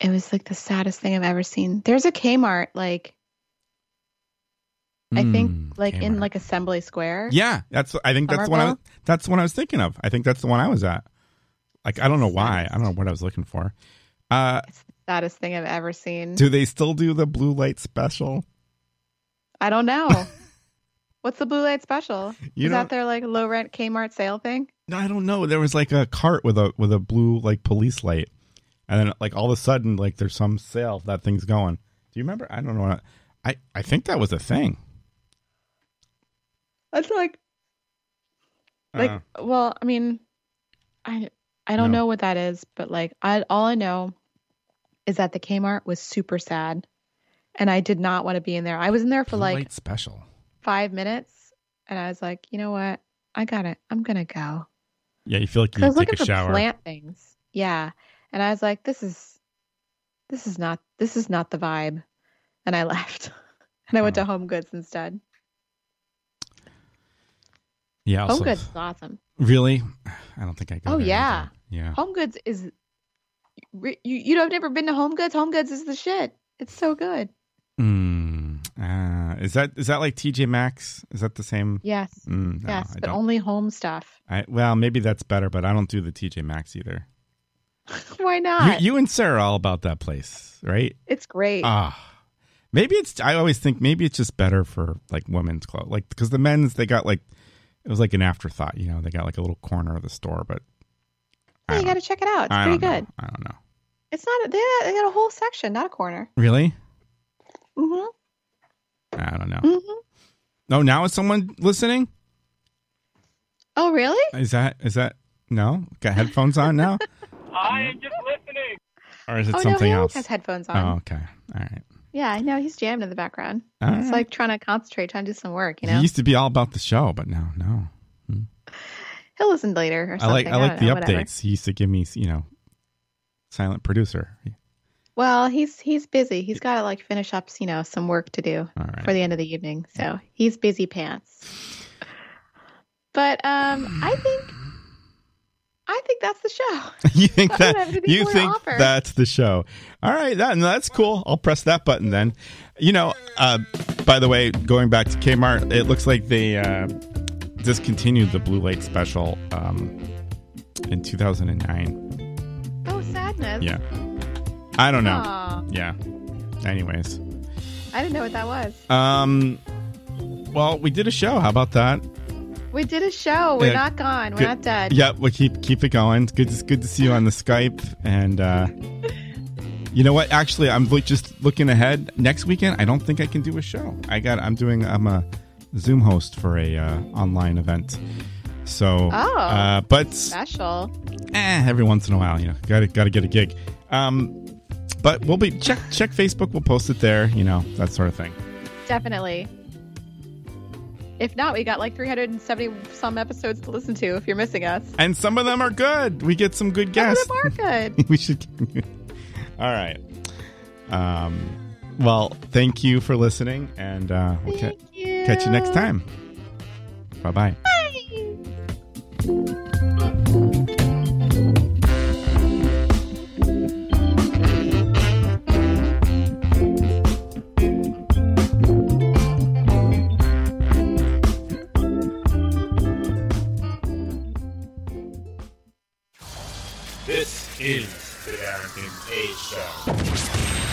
S3: It was like the saddest thing I've ever seen. There's a Kmart like I
S2: Mm,
S3: think like in
S2: Kmart.
S3: like Assembly Square.
S2: Yeah, that's. I think that's the one. I was,
S3: Somerville?
S2: that's the one I was thinking of. I think that's the one I was at. Like, I don't know why. I don't know what I was looking for. Uh,
S3: Saddest thing I've ever seen.
S2: do they still do the blue light special?
S3: I don't know. What's the blue light special?
S2: You
S3: Is
S2: don't-
S3: that their like low rent Kmart sale thing?
S2: No, I don't know. There was like a cart with a with a blue like police light, and then like all of a sudden like there's some sale that thing's going. Do you remember? I don't know. What I I think that was a thing.
S3: That's like like
S2: Uh,
S3: well i mean i i don't
S2: No.
S3: know what that is but like i all i know is that the kmart was super sad and i did not want to be in there i was in there for
S2: blue
S3: like
S2: light special.
S3: five minutes and i was like you know what i got it i'm gonna go
S2: Yeah, you feel like you
S3: because i
S2: need
S3: was
S2: to take a
S3: looking for
S2: shower.
S3: plant things yeah and i was like this is this is not this is not the vibe and i left and i went
S2: Huh.
S3: to home goods instead
S2: Yeah. I'll
S3: Home
S2: sleep.
S3: Goods is awesome.
S2: Really? I don't think I go.
S3: Oh,
S2: there
S3: yeah.
S2: either. Yeah.
S3: Home Goods is re- you you have never been to Home Goods. Home Goods is the shit. It's so good.
S2: Mm, ah, is that is that like TJ Maxx? Is that the same?
S3: Yes.
S2: Mm, no,
S3: yes,
S2: I
S3: but
S2: don't.
S3: only home stuff.
S2: I, well, maybe that's better, but I don't do the TJ Maxx either.
S3: Why
S2: You,
S3: not?
S2: you and Sarah are all about that place, right?
S3: it's great.
S2: Ah, maybe it's. I always think maybe it's just better for like women's clothes, like because the men's they got like it was like an afterthought, you know, they got like a little corner of the store, but
S3: Yeah,
S2: I
S3: you got to check it out. It's
S2: I
S3: pretty
S2: don't know.
S3: good.
S2: I don't know.
S3: It's not. They got, they got a whole section, not a corner.
S2: Really?
S3: hmm
S2: I don't know.
S3: hmm
S2: No, now is someone listening?
S3: Oh, really?
S2: Is that is that no? Got headphones on now,
S7: I am just listening.
S2: or is it
S3: oh no,
S2: something
S3: he always
S2: else?
S3: has headphones
S2: Oh,
S3: on.
S2: okay. All right.
S3: Yeah, I know he's jammed in the background.
S2: All
S3: It's
S2: right.
S3: like trying to concentrate, trying to do some work. You know,
S2: He used to be all about the show, but now no.
S3: he'll listen later or
S2: I
S3: something.
S2: like I like
S3: don't
S2: the
S3: know,
S2: updates.
S3: whatever.
S2: He used to give me, you know, silent producer.
S3: Well, he's he's busy. He's got to like finish up, you know, some work to do
S2: All right.
S3: for the end of the evening. So he's busy pants. But um, I think I think that's the show.
S2: you think
S3: I don't
S2: that
S3: have anything
S2: you
S3: more to
S2: think
S3: offer.
S2: that's the show? All right, that no, that's cool. I'll press that button then. You know, uh, by the way, going back to Kmart, it looks like they uh, discontinued the Blue Lake special um, in 2009.
S3: Oh, sadness.
S2: Yeah, I don't know.
S3: Aw,
S2: Yeah. Anyways,
S3: I didn't know what that was.
S2: um, well, we did a show. How about that?
S3: We did a show. We're
S2: Yeah,
S3: not gone. We're
S2: good-
S3: not dead.
S2: Yeah, we'll keep keep it going. It's good. It's good to see you on the Skype. And uh, you know what? Actually, I'm look- just looking ahead. Next weekend, I don't think I can do a show. I got. I'm doing. I'm a Zoom host for a uh, online event. So,
S3: Oh.
S2: uh, but
S3: Special.
S2: eh, every once in a while, you know, got to got to get a gig. Um, but we'll be check check Facebook. We'll post it there. You know that sort of thing.
S3: Definitely. If not, we got like 370 some episodes to listen to if you're missing us.
S2: And some of them are good. We get some good
S3: Yes.
S2: guests.
S3: are good.
S2: we should. All right. Um, well, thank you for listening, and uh, we'll ca-
S3: Thank you.
S2: catch you next time. Bye bye.
S10: This is the Derek and Kay Show.